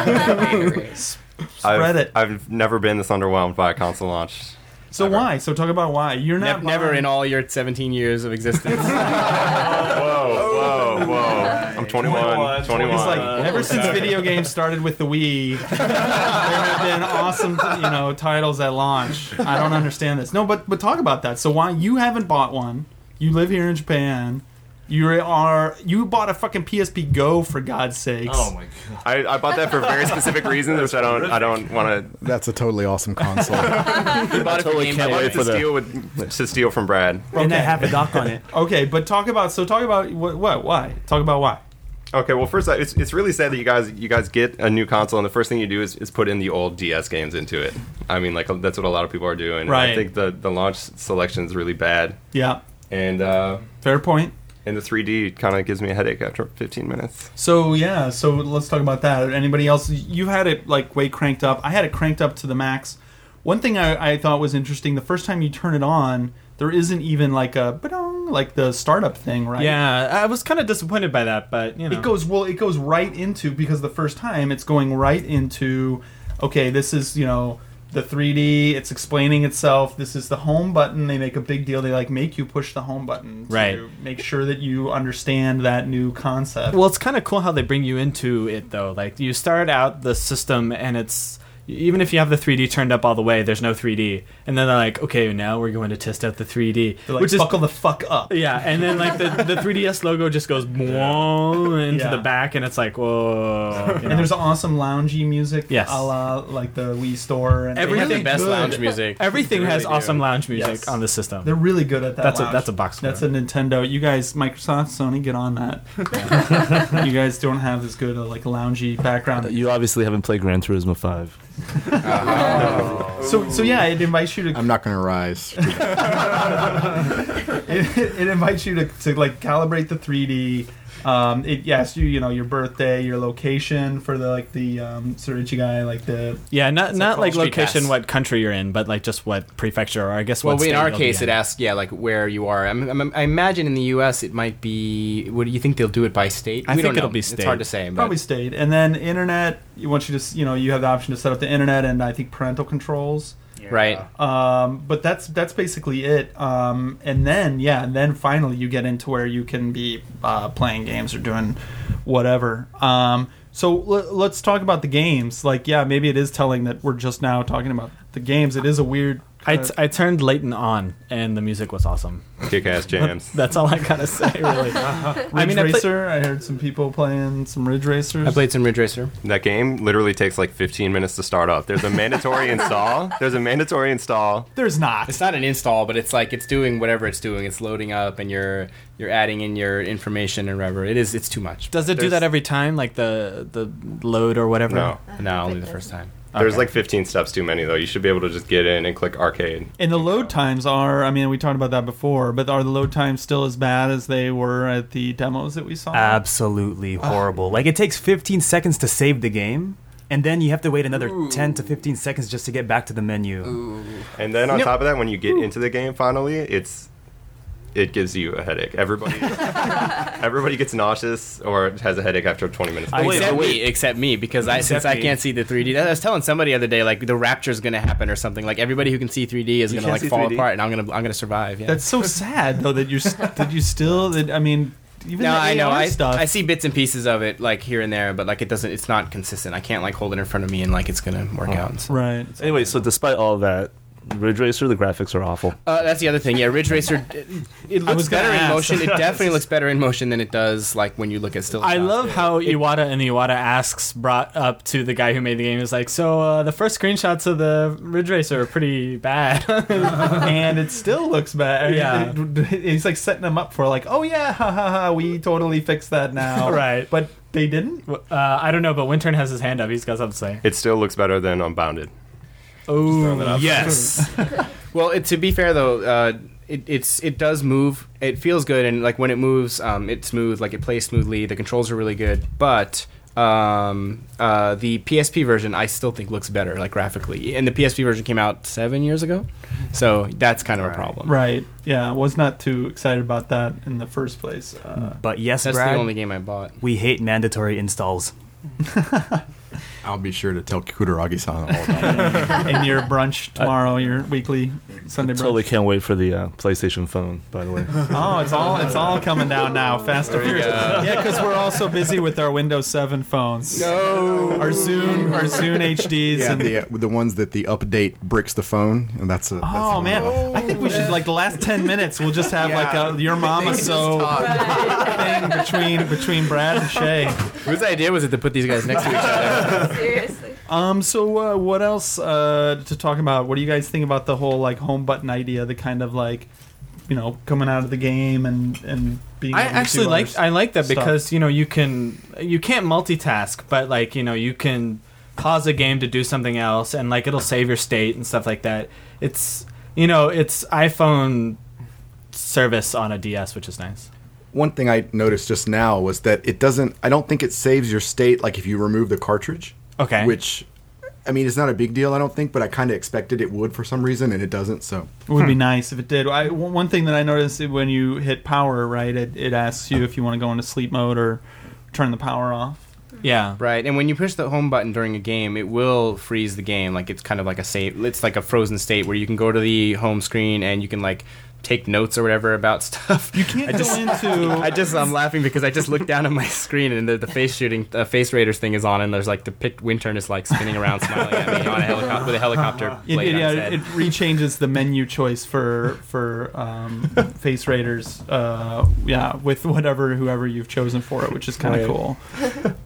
H: I've,
B: Spread it.
H: I've never been this underwhelmed by a console launch.
B: so
H: ever.
B: why? So talk about why you're
D: Ne-
B: not
D: never
B: buying-
D: in all your 17 years of existence.
H: Oh, Whoa, whoa, whoa. I'm 21. 21.
B: It's like ever since video games started with the Wii, there have been awesome, you know, titles at launch. I don't understand this. No, but but talk about that. So why you haven't bought one? You live here in Japan. You are you bought a fucking PSP Go for God's sakes.
E: Oh my god.
H: I, I bought that for very specific reasons, which I don't. I don't want to.
C: That's a totally awesome console.
I: bought it for
J: totally
I: Game
J: can't
I: Boy.
J: wait
H: To
J: for the-
H: steal with to steal from Brad.
E: And I
B: Okay.
E: have a dock on it.
B: Okay, but talk about so talk about what what why talk about why.
H: Okay, well, first, uh, it's, it's really sad that you guys you guys get a new console, and the first thing you do is, is put in the old DS games into it. I mean, like that's what a lot of people are doing. and
B: Right.
H: I think the the launch selection is really bad,
B: Yeah,
H: and uh,
B: fair point.
H: and the 3D kind of gives me a headache after 15 minutes.
B: So yeah, so let's talk about that. Anybody else? You had it like way cranked up. I had it cranked up to the max. One thing I, I thought was interesting: the first time you turn it on, there isn't even like a ba-dong, like the startup thing, right?
A: Yeah, I was kind of disappointed by that, but you know.
B: It goes well. It goes right into because the first time it's going right into. Okay, this is you know the 3D. It's explaining itself. This is the home button. They make a big deal. They like make you push the home button to
A: Right.
B: make sure that you understand that new concept.
A: Well, it's kind of cool how they bring you into it, though. Like you start out the system, and it's even if you have the 3D turned up all the way, there's no 3D, and then they're like, okay, now we're going to test out the 3D,
B: They're like,
A: which is
B: buckle the fuck up.
A: yeah, and then like the, the 3DS logo just goes "Mwah" into
B: Yeah.
A: the back, and it's like whoa. you know?
B: And there's awesome loungy music,
A: Yes.
B: a la like the Wii Store. And
A: Everything-
D: They have the best
A: Good.
D: lounge music.
A: Everything
D: They
A: has
D: really do.
A: awesome lounge music
B: Yes.
A: on the system.
B: they're really good at that.
A: that's
B: lounge.
A: a that's a box.
B: That's a
A: score.
B: Nintendo. You guys, Microsoft, Sony, get on that. you guys don't have as good a like loungy background.
J: You obviously haven't played Gran Turismo 5.
B: So so yeah, it invites you to
C: I'm not going to rise.
B: it, it invites you to, to like calibrate the 3D. Um, it asks you, you know, your birthday, your location for the like the um, Suruchi guy, like the
A: yeah, not not like
D: Street
A: location,
D: Pass.
A: what country you're in, but like just what prefecture or I guess
D: Well,
A: what.
D: in
A: state
D: our
A: you'll be
D: case,
A: in.
D: it asks, yeah, like where you are. I'm, I'm, I imagine in the U.S. it might be. What do you think they'll do it by state?
A: I
D: we
A: think
D: don't know.
A: it'll be
D: It's
A: state.
D: hard to say. But
B: probably stayed. And then internet, you want you to, s- you know, you have the option to set up the internet and I think parental controls.
D: right?
B: Um, but that's that's basically it. Um, and then yeah, and then finally you get into where you can be uh, playing games or doing whatever. Um, so l- let's talk about the games. Like yeah, maybe it is telling that we're just now talking about the games. It is a weird.
A: I,
B: kinda-
A: t- I turned Leighton on, and the music was awesome.
H: Kick ass jams.
A: That's all I gotta say, really.
B: Ridge
A: I mean, I play-
B: Racer. I heard some people playing some Ridge Racers.
D: I played some Ridge Racer.
H: That game literally takes like 15 minutes to start up. There's a mandatory install. There's a mandatory install.
B: There's not.
D: It's not an install, but it's like it's doing whatever it's doing. It's loading up, and you're you're adding in your information and whatever. It is. It's too much.
A: Does it do
D: There's-
A: that every time, like the the load or whatever?
H: No.
D: No, only the first time.
H: There's like 15 steps too many though. You should be able to just get in and click arcade.
B: And the load times are, I mean, we talked about that before, but are the load times still as bad as they were at the demos that we saw?
D: Uh,
E: Absolutely horrible. like it takes 15 seconds to save the game, and then you have to wait another 10 to 15 seconds just to get back to the menu.
H: And then on top of that, when you get into the game finally, it's it gives you a headache. Everybody everybody gets nauseous or has a headache after 20 minutes.
E: I- Wait,
D: except
E: but
D: me, except me, because I since I
E: me.
D: can't see the 3D. I was telling somebody the other day, like the rapture's gonna happen or something. Like everybody who can see 3D is gonna
H: can't
D: like
H: see
D: fall
H: 3D?
D: apart, and I'm gonna I'm gonna survive. Yeah.
B: That's so sad, though, that you that you still, that, I mean, even
D: no,
B: the
D: I know.
B: AR
D: I,
B: stuff.
D: I see bits and pieces of it, like here and there, but like it doesn't. It's not consistent. I can't like hold it in front of me and like it's gonna work
B: Oh.
J: Uh-huh.
D: out. So-
B: Right.
J: Anyway, so despite all that, Ridge Racer, the graphics are awful.
D: Uh, that's the other thing. Yeah, Ridge Racer. It, it looks
B: was gonna
D: better in
B: ask.
D: motion. It definitely looks better in motion than it does like when you look at still.
A: I
D: shots.
A: love how Iwata and Iwata asks brought up to the guy who made the game. Is like, so uh, the first screenshots of the Ridge Racer are pretty bad.
B: and it still looks bad.
A: Yeah.
B: He's like setting them up for, like, oh, yeah, ha ha ha, we totally fixed that now.
A: Right.
B: But they didn't.
A: uh, I don't know, but Wintern has his hand up. He's got something to say.
H: It still looks better than Unbounded.
A: Oh,
D: Yes. well, it, to be fair though, uh, it, it's it does move. It feels good, and like when it moves, um, it's smooth. Like it plays smoothly. The controls are really good, but. Um, uh, the PSP version I still think looks better, like graphically, and the PSP version came out seven years ago, so that's kind of a problem.
B: Right. Yeah. Was not too excited about that in the first place. Uh,
E: But yes,
D: That's
E: Brad,
D: the only game I bought.
E: we hate mandatory installs.
C: I'll be sure to tell Kutaragi-san all about it.
B: in your brunch tomorrow, your weekly Sunday brunch.
J: Totally can't wait for the uh, PlayStation phone. By the way,
B: Oh, it's all it's all coming down now, fast and furious. Yeah, because we're all so busy with our Windows Seven phones,
D: No.
B: our Zoom, our Zoom HDs,
C: Yeah,
B: and
C: the, uh, the ones that the update bricks the phone, and that's a. that's
B: oh
C: the
B: man,
C: one.
B: I think we should like the last ten minutes. We'll just have like a your mama so thing between between Brad and Shay.
D: Whose idea was it to put these guys next to each other?
G: Seriously.
B: Um, so uh, what else uh, to talk about? What do you guys think about the whole like home button idea? The kind of like, you know, coming out of the game and and being.
A: I
B: able to do
A: actually like
B: others.
A: I like that
B: stuff.
A: because you know you can you can't multitask, but like you know you can pause a game to do something else, and like it'll save your state and stuff like that. It's you know it's iPhone service on a DS, which is nice.
C: One thing I noticed just now was that it doesn't. I don't think it saves your state like if you remove the cartridge.
A: Okay.
C: Which, I mean, it's not a big deal. I don't think, but I kind of expected it would for some reason, and it doesn't. So
B: It
A: Hmm.
B: would be nice if it did. I, one one thing that I noticed is when you hit power, right, it, it asks you if you want to go into sleep mode or turn the power off.
A: Yeah.
D: Right, and when you push the home button during a game, it will freeze the game. Like it's kind of like a save. It's like a frozen state where you can go to the home screen and you can like take notes or whatever about stuff. You
B: can't
D: I
B: go
D: just,
B: into-
D: I just I'm laughing because I just looked down at my screen and the, the face shooting, uh, face raiders thing is on, and there's like the pic, Wintern is like spinning around, smiling at me on a helicopter with a helicopter
B: It,
D: blade
B: it,
D: on
B: yeah,
D: his head.
B: it rechanges the menu choice for for um, face raiders. Uh, yeah, with whatever whoever you've chosen for it, which is kind of cool.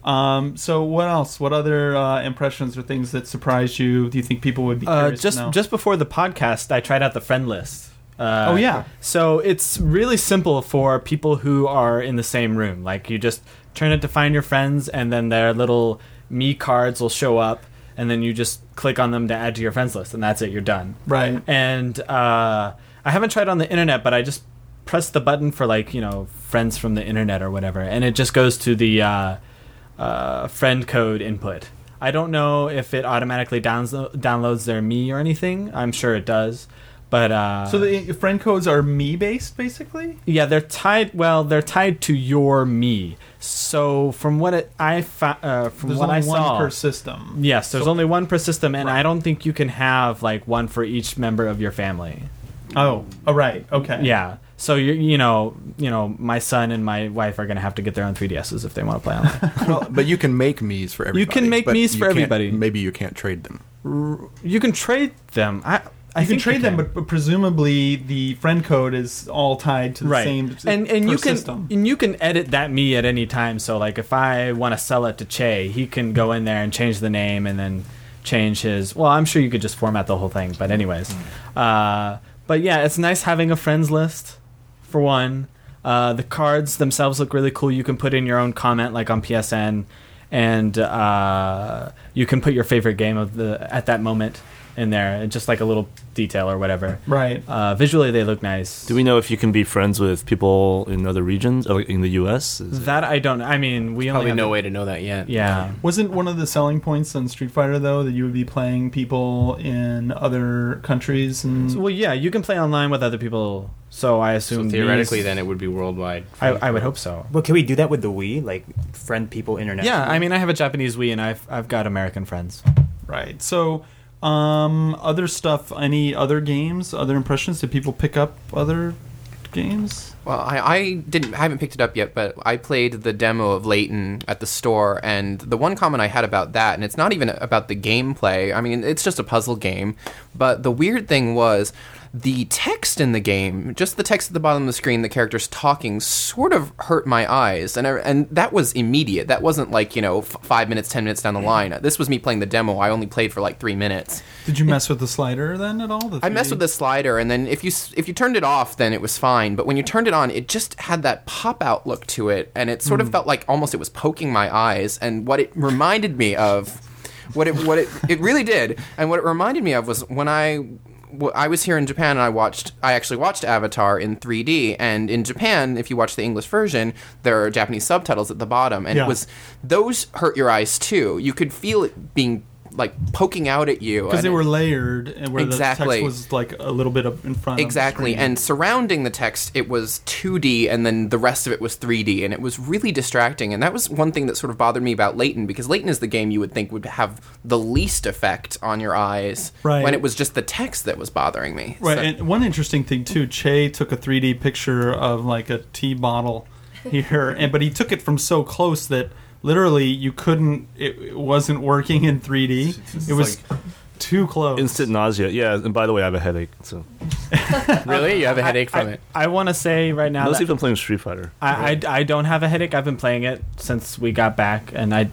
B: Um, so what else? What other uh, impressions or things that surprised you? Do you think people would be
A: Uh,
B: curious to
A: just
B: know?
A: just before the podcast, I tried out the friend list. Uh,
B: Oh, yeah.
A: So it's really simple for people who are in the same room. Like you just turn it to find your friends, and then their little me cards will show up, and then you just click on them to add to your friends list, and that's it. You're done.
B: right?
A: And uh, I haven't tried on the internet, but I just pressed the button for like you know friends from the internet or whatever, and it just goes to the uh, uh, friend code input. I don't know if it automatically downs- downloads their me or anything. I'm sure it does, But uh,
B: So the friend codes are me based, basically.
A: yeah, they're tied. Well, they're tied to your me. So from what it, I fa- uh, from
B: There's
A: what
B: only
A: I
B: one
A: saw,
B: per system.
A: yes, there's
B: So-
A: only one per system, and I don't think you can have like one for each member of your family.
B: Oh, oh, right. Okay.
A: Yeah. So you you know you know my son and my wife are gonna have to get their own 3ds's if they want to play online.
C: well, but you can make me's for everybody.
A: can make
C: but
A: me's
C: you
A: for
C: can't-
A: everybody.
C: Maybe you can't trade them.
A: you can trade them. I I
B: You can
A: think
B: trade them, but, but presumably the friend code is all tied to the
A: right.
B: same
A: and and
B: per
A: you can
B: system.
A: and you can edit that me at any time. So like if I want to sell it to Che, he can go in there and change the name and then change his. Well, I'm sure you could just format the whole thing. But anyways,
B: Hmm.
A: uh, but yeah, it's nice having a friends list for one. Uh, the cards themselves look really cool. You can put in your own comment, like on PSN, and uh, you can put your favorite game of the at that moment in there, and just like a little detail or whatever.
B: Right.
A: Uh, visually, they look nice.
J: Do we know if you can be friends with people in other regions, like in the U.S.? Is it-
A: That I don't. I mean, we
D: Probably
A: only
D: no
A: have-
D: way to know that yet.
A: Yeah,
B: Wasn't one of the selling points on Street Fighter though that you would be playing people in other countries and
A: well, yeah, you can play online with other people. So I
D: So
A: assume
D: theoretically,
A: these-
D: then it would be worldwide.
A: I, I would hope so.
E: But can we do that with the Wii? Like friend people internationally?
A: Yeah, I mean, I have a Japanese Wii, and I've I've got American friends.
B: right? So, um, other stuff. Any other games? Other impressions? Did people pick up other games?
I: Well, I, I didn't I haven't picked it up yet, but I played the demo of Layton at the store, and the one comment I had about that, and it's not even about the gameplay. I mean, it's just a puzzle game, but the weird thing was the text in the game, just the text at the bottom of the screen, the characters talking, sort of hurt my eyes, and I, and that was immediate. That wasn't like you know f- five minutes, ten minutes down the line. This was me playing the demo. I only played for like three minutes.
B: Did you mess with the slider then at all? The
I: I messed
B: 3D?
I: with the slider, and then if you s- if you turned it off, then it was fine. But when you turned it on, it just had that pop out look to it, and it
B: Hmm.
I: sort of felt like almost it was poking my eyes. And what it reminded me of, what it what it it really did, and what it reminded me of was when I. w- I was here in Japan and I watched. I actually watched Avatar in 3D. And in Japan, if you watch the English version, there are Japanese subtitles at the bottom, and
B: Yeah.
I: it was those hurt your eyes too. You could feel it being like poking out at you
B: because
I: and
B: they
I: it-
B: were layered and where the
I: Exactly.
B: text was like a little bit up in front.
I: exactly
B: of the screen.
I: and surrounding the text it was 2d and then the rest of it was 3d and it was really distracting and that was one thing that sort of bothered me about leighton because leighton is the game you would think would have the least effect on your eyes
B: Right.
I: when it was just the text that was bothering me
B: Right,
I: So-
B: and one interesting thing too, Che took a 3D picture of like a tea bottle here, and but he took it from so close that literally you couldn't. It, it wasn't working in 3D. It was too close.
J: Instant nausea. Yeah, and by the way, I have a headache. So
D: Really, you have a headache from
A: I,
D: it.
A: I want to say right now
J: mostly if
A: that
J: I'm playing Street Fighter.
A: I, I I don't have a headache. I've been playing it since we got back, and I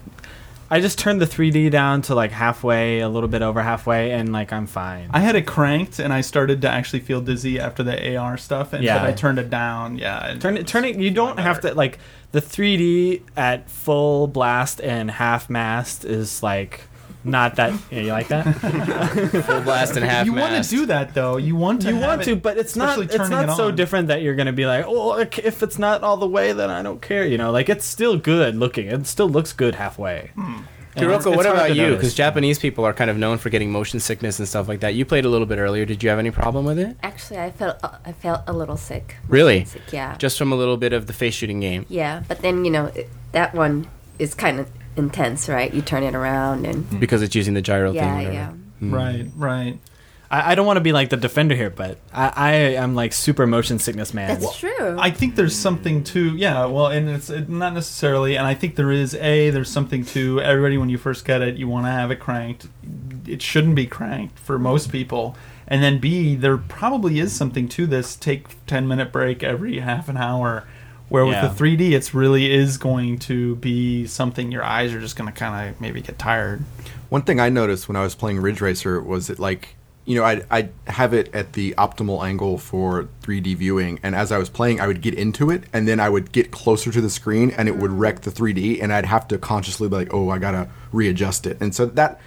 A: I just turned the 3D down to like halfway, a little bit over halfway, and like I'm fine.
B: I had it cranked, and I started to actually feel dizzy after the AR stuff, and
A: Yeah.
B: but I turned it down. Yeah, and
A: Turn
B: it
A: it,
B: was
A: turn it. You don't have to like the 3D at full blast and half mast is like not that. Yeah, you like that?
D: Full blast and half
B: You want
D: mast.
B: to do that though. You want to.
A: you
B: have
A: want
B: it-
A: to, but it's not.
B: especially
A: It's
B: turning
A: not
B: it
A: so
B: on.
A: different that you're going to be like, oh, ok- if it's not all the way, then I don't care. You know, like it's still good looking. It still looks good halfway.
B: Hmm.
A: And it's-
D: Kuroko,
A: it's
D: what
A: hard
D: about
A: to
D: you?
A: notice.
D: Because Japanese people are kind of known for getting motion sickness and stuff like that. You played a little bit earlier. Did you have any problem with it?
G: Actually, I felt uh, I felt a little sick.
D: Really?
G: Sick, yeah.
D: Just from a little bit of the face shooting game.
G: yeah, but then you know it, that one is kind of intense, right? You turn it around and
D: Because it's using the gyro
G: yeah,
D: thing. or-
G: yeah.
B: Right, right.
A: I, I don't want to be like the defender here, but I, I am like super motion sickness man.
G: That's true.
B: I think there's something to yeah. Well, and it's it, not necessarily, and I think there is a there's something to everybody when you first get it, you want to have it cranked. It shouldn't be cranked for most people, and then B there probably is something to this. Take ten minute break every half an hour. Where with
A: Yeah.
B: the 3D, it's really is going to be something your eyes are just going to kind of maybe get tired.
C: One thing I noticed when I was playing Ridge Racer was it like you know I I have it at the optimal angle for 3D viewing, and as I was playing, I would get into it, and then I would get closer to the screen, and it would wreck the 3D, and I'd have to consciously be like, oh, I gotta readjust it, and so that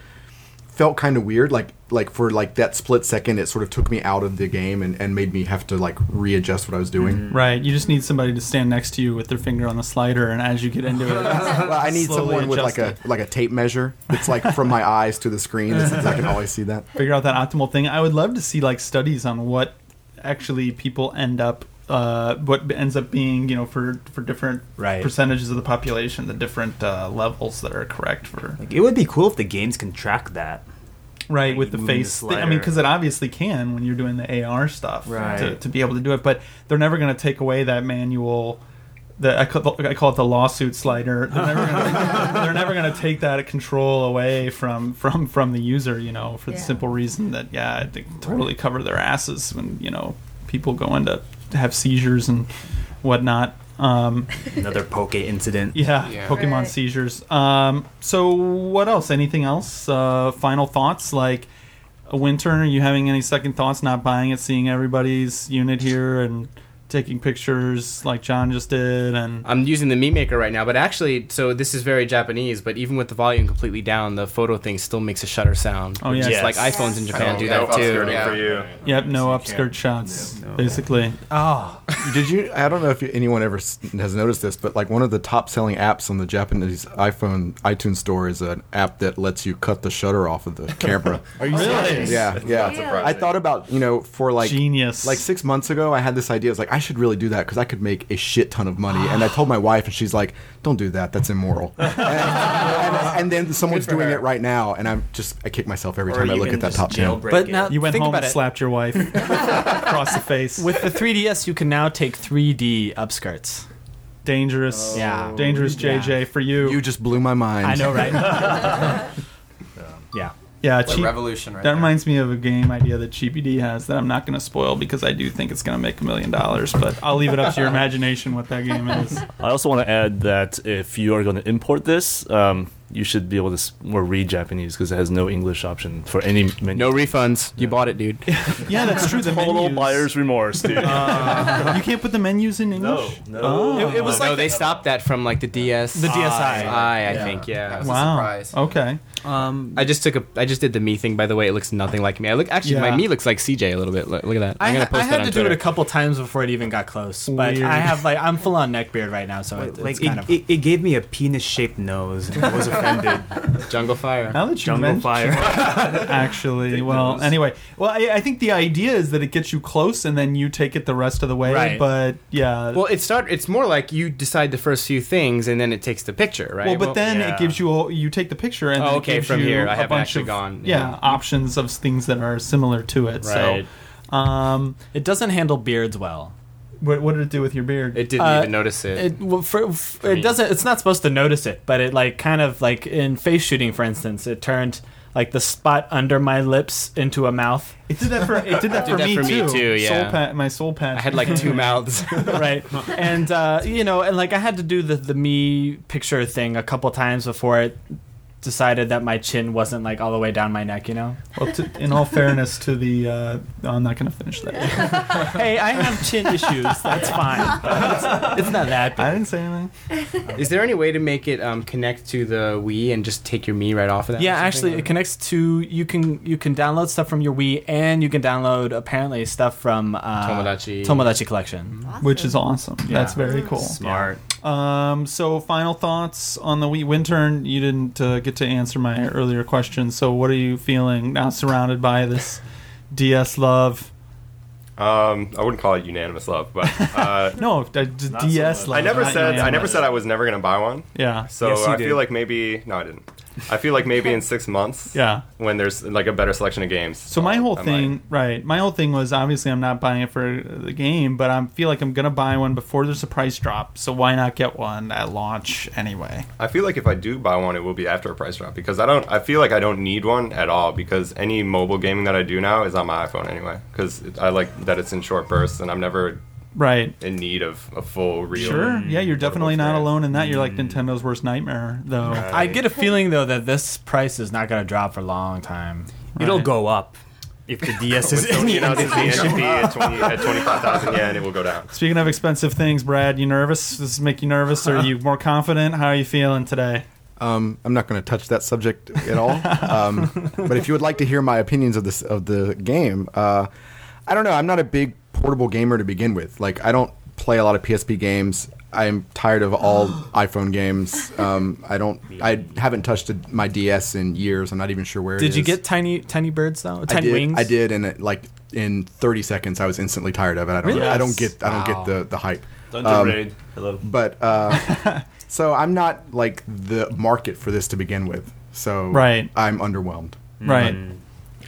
F: felt kind of weird. Like like for like that split second, it sort of took me out of the game and, and made me have to like readjust what I was doing.
A: Mm.
G: Mm.
B: Right, you just need somebody to stand next to you with their finger on the slider, and as you get into it,
F: Well, I need
B: slowly
F: someone with like
B: adjust
F: a like a tape measure. It's like from my eyes to the screen. It's, I can always see that.
B: figure out that optimal thing. I would love to see like studies on what actually people end up uh, what ends up being you know for for different
E: Right.
B: percentages of the population the different uh, levels that are correct for
E: Like, it would be cool if the games can track that.
B: right
E: Like
B: with the
E: moving the
B: face thing. I mean
E: slider.
B: because it obviously can when you're doing the AR stuff to,
E: Right.
B: to be able to do it but they're never going to take away that manual the, I, call, I call it the lawsuit slider. They're never gonna- they're never going to take that control away from from from the user, you know, for the
G: Yeah.
B: simple reason that yeah, they totally cover their asses when you know people go into to have seizures and whatnot. Um,
E: Another poke incident.
B: yeah,
I: Yeah.
B: Pokemon
G: Right.
B: seizures. Um, so what else? Anything else? Uh, final thoughts? Like a winter? Are you having any second thoughts? Not buying it, seeing everybody's unit here, and taking pictures like John just did, and
D: I'm using the Mi Maker right now, but actually, so this is very Japanese. But even with the volume completely down, the photo thing still makes a shutter sound.
B: Oh,
D: which
B: yes.
D: is like
E: Yes.
D: iPhones in
H: I
D: Japan
H: don't
D: do
H: know
D: that
H: if
D: too.
H: obscuring
D: Oh, yeah.
H: for you.
B: yep, no
E: you
B: upskirt
E: can't-
B: shots,
E: no.
B: basically. Ah.
E: Oh,
F: Did you? I don't know if anyone ever s- has noticed this, but like one of the top selling apps on the Japanese iPhone iTunes store is an app that lets you cut the shutter off of the camera.
H: Are you really?
F: yeah, yeah. I thought about you know for like
B: Genius.
F: Like six months ago, I had this idea. I was like, I should really do that because I could make a shit ton of money. And I told my wife, and she's like, Don't do that. That's immoral. and, and- and then someone's doing it right now, and I'm just I kick myself every time I look at that top ten.
A: But now
B: You went
A: think
B: home
A: about
B: and
A: it.
B: slapped your wife across the face.
A: With the 3DS, you can now take 3D upskirts.
B: dangerous,
A: Yeah.
B: dangerous
A: Yeah.
B: JJ for you.
F: You just blew my mind.
A: I know, right?
E: yeah.
B: yeah,
I: What a
B: cheap-
I: revolution right
B: that
I: there.
B: reminds me of a game idea that Cheapy D has that I'm not going to spoil because I do think it's going to make a million dollars, but I'll leave it up to your imagination what that game is.
J: I also want to add that if you are going to import this, um, you should be able to s- or read Japanese because it has no English option for any menu.
D: No refunds. You bought it, dude.
B: Yeah, that's true. The
J: total
B: menus. Uh,
J: buyer's remorse, dude.
B: You can't put the menus in English.
J: no.
B: Oh.
I: It was
D: no,
I: like
D: they stopped that from like the DS. The
A: DSi.
D: I
I: Yeah.
D: think
I: That
D: yeah. Um,
I: was
B: wow.
I: a surprise.
B: Okay.
D: I just took a. I just did the me thing. By the way, it looks nothing like me. I look actually
B: Yeah.
D: my me looks like CJ a little bit. Look, look at that.
A: I,
D: I'm gonna
A: ha-
D: post
A: I
D: that
A: had
D: on
A: to do
D: Twitter.
A: it a couple times before it even got close. But
B: Weird.
A: I have like I'm full on neckbeard right now, so it, it's
E: Like
A: kind
E: it,
A: of
E: it, it gave me a penis shaped nose. and I was offended.
D: Jungle Fire.
B: Now that you
E: Jungle
B: mention
E: Fire.
B: actually well anyway well I, I think the idea is that it gets you close and then you take it the rest of the way
A: Right.
B: but yeah
D: Well, it start. It's more like you decide the first few things, and then it takes the picture,
B: Well,
D: right?
B: but then
E: yeah.
B: it gives you all, you take the picture and
D: Oh,
B: then it
D: okay,
B: gives
D: from
B: you
D: here, I
B: a
D: haven't
B: bunch
D: actually
B: of,
D: gone,
B: yeah,
D: yeah.
B: options of things that are similar to it
D: Right.
B: so um
A: it doesn't handle beards well.
B: what, what did it do with your beard
D: it didn't
A: Uh,
D: even notice it.
A: It well, for, f it
D: me.
A: doesn't. It's not supposed to notice it, but it like kind of like in face shooting, for instance, it turned like the spot under my lips into a mouth.
B: It did that for it did that,
D: Did
B: for,
D: that
B: me
D: for me
B: too,
D: too, yeah.
B: soul pat, my soul patch
D: I had like two mouths.
A: right and uh, you know and like i had to do the, the me picture thing a couple times before it decided that my chin wasn't like all the way down my neck you know
B: well, to, in all fairness to the uh no, i'm not gonna finish that
A: hey i have chin issues that's fine it's, it's not that
B: i
A: bad
B: didn't say anything
D: Is there any way to make it um, connect to the Wii and just take your me right off of that?
A: yeah
D: or something?
A: actually it connects to you can you can download stuff from your wii and you can download apparently stuff from uh,
D: Tomodachi.
A: tomodachi collection
B: which is awesome that's very cool
E: Smart.
B: Um, so final thoughts on the week. Wintern, you didn't uh, get to answer my earlier question. So what are you feeling now surrounded by this DS love?
H: Um, I wouldn't call it unanimous love, but uh,
B: No, d- d- DS love.
H: I never
B: not
H: said I never
B: unanimous.
H: said I was never gonna buy one.
B: Yeah.
H: So
E: Yes, you
H: I
E: did.
H: feel like maybe no, I didn't. I feel like maybe in six months,
B: Yeah.
H: when there's like a better selection of games.
B: So my whole
H: I might.
B: thing, right? My whole thing was obviously I'm not buying it for the game, but I feel like I'm gonna buy one before there's a price drop. So why not get one at launch anyway?
H: I feel like if I do buy one, it will be after a price drop because I don't. I feel like I don't need one at all because any mobile gaming that I do now is on my iPhone anyway. Because I like that it's in short bursts, and I'm never
B: Right.
H: in need of a full real. Mm.
B: Sure. Yeah, you're
H: portable
B: definitely not
H: experience.
B: alone in that. You're like Nintendo's worst nightmare, though.
A: i get a feeling though that this price is not going to drop for a long time
E: It'll go up if the DS is
H: So,
E: any
H: you know, since the
E: indication.
H: NFP at, 20, at 25,000 yen, it will go down.
B: Speaking of expensive things, Brad, you nervous? Does this make you nervous? Or are you more confident? How are you feeling today?
C: Um, I'm not going to touch that subject at all. Um, but if you would like to hear my opinions of this of the game, uh, I don't know. I'm not a big portable gamer to begin with. Like I don't play a lot of PSP games. I'm tired of all iPhone games. Um, I don't. I haven't touched a- my DS in years. I'm not even sure where. it
A: Did you
C: is.
A: get tiny tiny birds though? Tiny
C: I did,
A: wings.
C: I did, and it, like in 30 seconds, I was instantly tired of it. I don't.
A: Really?
C: I don't get. I don't
I: Wow.
C: get the the hype.
J: Dungeon
C: Um,
J: raid. Hello.
C: But uh, so I'm not like the market for this to begin with. So
B: Right.
C: I'm underwhelmed.
B: Right.
J: Hmm.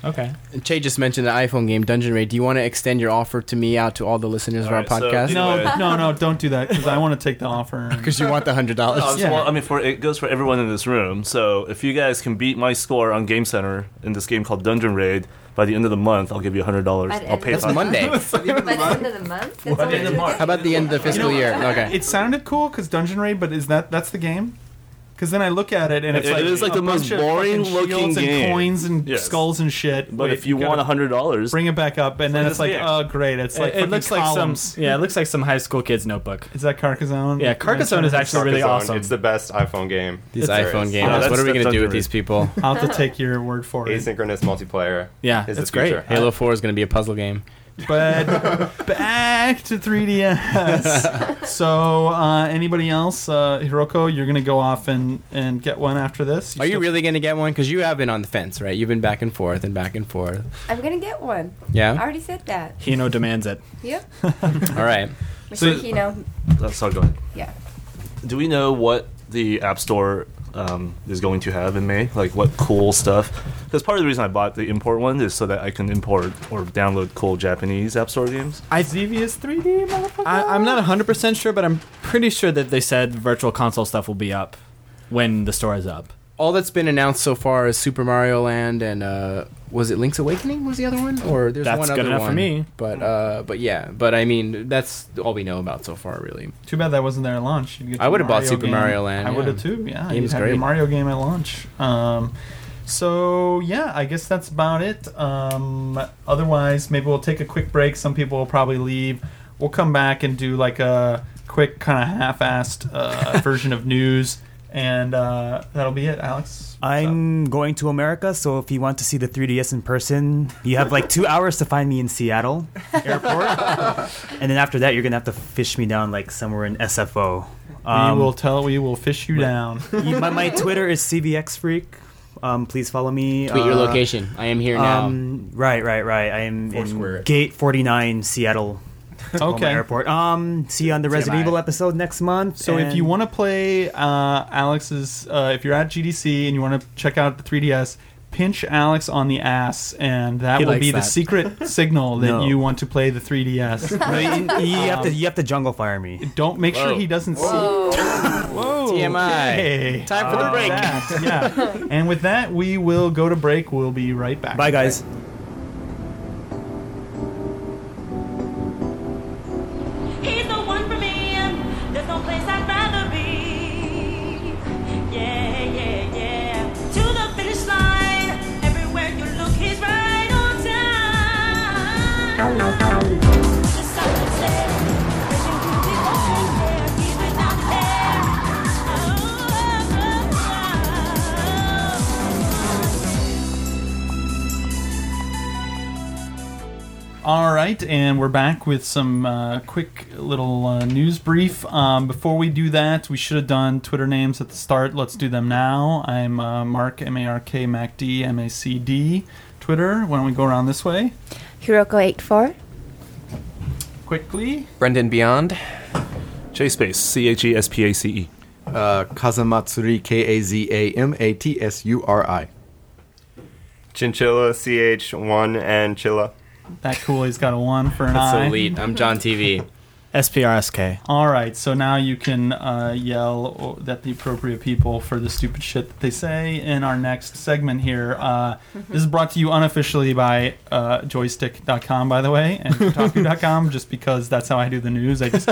B: Okay.
D: Che just mentioned the iPhone game Dungeon Raid. Do you want to extend your offer to me out to all the listeners
J: All
D: of our
J: right, so-
D: podcast?
J: No.
B: No, no, no, don't do that because I want to take the offer. and-
D: because you want the hundred dollars.
J: Uh,
B: Yeah.
J: Well, I mean, for it goes for everyone in this room. So if you guys can beat my score on Game Center in this game called Dungeon Raid by the end of the month, I'll give you hundred dollars.
K: By the
J: I'll
K: end
J: pay.
K: of
D: That's
K: the
J: for it.
D: Monday.
K: By the end of the month? That's
J: By the end of
K: already-
J: March.
D: How about the end of the fiscal year? Okay.
B: It sounded cool because Dungeon Raid, but is that that's the game? Because then I look at it and it's
J: It
B: like
J: is like
B: a
J: the most
B: bunch of
J: boring
B: fucking
J: looking
B: shields
J: game.
B: and coins and
J: Yes.
B: skulls and shit.
J: But
B: Wait,
J: if you
B: gotta
J: want hundred dollars,
B: bring it back up, and then
J: Like
B: it's
J: the
B: like,
J: sticks.
B: oh great, it's like
A: it, it looks like some yeah, it looks like some high school kid's notebook.
B: Is that Carcassonne?
A: Yeah, Carcassonne is actually really
H: Carcassonne,
A: awesome.
H: It's the best iPhone game.
D: These
H: there
D: iPhone
H: is.
D: games.
J: that's-
D: what are we
J: that's
D: gonna do
J: Dungeon
D: with
J: Raid.
D: these people?
B: I'll have to take your word for it.
H: Asynchronous multiplayer.
A: Yeah,
H: is
A: it's
H: the future.
D: Halo Four is gonna be a puzzle game.
B: But back to 3DS. so uh, anybody else, uh, Hiroko, you're gonna go off and and get one after this.
D: Are you
B: still-
D: really gonna get one? Because you have been on the fence, right? You've been back and forth and back and forth.
K: I'm going to get one. I
D: Yeah.
K: already said that.
A: Hino demands it.
K: Yep.
D: All right.
B: So-
K: Mr. Hino.
J: That's sorry, go ahead.
K: Yeah.
J: Do we know what the App Store um, is going to have in May? Like what cool stuff? Because part of the reason I bought the import one is so that I can import or download cool Japanese App Store games.
A: I
B: Xevious 3D motherfucker?
A: I, I'm not 100% sure, but I'm pretty sure that they said virtual console stuff will be up when the store is up.
D: All that's been announced so far is Super Mario Land and uh, was it Link's Awakening? Was the other one? Or there's
A: That's
D: one
A: good
D: other
A: enough for
D: one.
A: me.
D: But uh, but yeah. But I mean, that's all we know about so far, really.
B: Too bad that wasn't there at launch. You'd get
D: I
B: your
D: would've bought
B: Mario
D: Super
B: game.
D: Mario Land,
B: I
D: yeah.
B: would have too. Yeah,
D: Game
B: you
D: is
B: have your
D: great.
B: Mario game at launch. Um, so yeah, I guess that's about it. Um, otherwise, maybe we'll take a quick break. Some people will probably leave. We'll come back and do like a quick kind of half-assed uh, version of news, and uh, that'll be it. Alex,
E: I'm going to America, so if you want to see the 3DS in person, you have like two hours to find me in Seattle airport, and then after that, you're gonna have to fish me down like somewhere in SFO. Um,
B: we will tell. We will fish you down.
E: you- my, my Twitter is cbxfreak. Um, please follow me.
D: Tweet your
E: Uh,
D: location. I am here now.
E: Um, right, right, right. I am in
C: Foursquare it.
E: Gate 49, Seattle. Tacoma
B: Okay.
E: Airport. Um, see you on the Resident
D: TMI.
E: Evil episode next month.
B: So if you
E: and-
B: want to play uh, Alex's, uh, if you're at GDC and you want to check out the 3DS, pinch Alex on the ass, and that
A: He
B: will
A: likes
B: be the
A: that.
B: secret signal that
E: No.
B: you want to play the 3DS.
E: No, you, you have to, you have to jungle fire me.
B: Don't make sure
J: Whoa.
B: he doesn't
K: Whoa.
B: see.
D: TMI.
B: Okay.
D: Time for the break.
B: That, yeah. And with that, we will go to break. We'll be right back.
E: Bye, guys.
L: He's the one for me, and there's no place I'd rather be. Yeah, yeah, yeah. To the finish line, everywhere you look, he's right on time. Just stop and stare, racing through the ocean air, he's without an air. Oh, oh, oh, oh.
B: All right, and we're back with some uh, quick little uh, news brief. Um, before we do that, we should have done Twitter names at the start. Let's do them now. I'm uh, Mark M A R K Mac D M A C D Twitter. Why don't we go around this way
G: Hiroko84.
B: quickly?
I: Brendan Beyond.
J: J Space C H E S P A C E.
C: Uh, Kazamatsuri, K A Z A M A T S U R I.
H: Chinchilla CH1 and Chilla.
B: That cool. He's got a one for an
D: That's
B: eye.
D: elite. I'm John TV.
A: SPRSK.
B: All right, so now you can uh, yell o- at the appropriate people for the stupid shit that they say in our next segment here. Uh, this is brought to you unofficially by uh, joystick.com, by the way, and kotaku.com, just because that's how I do the news. I just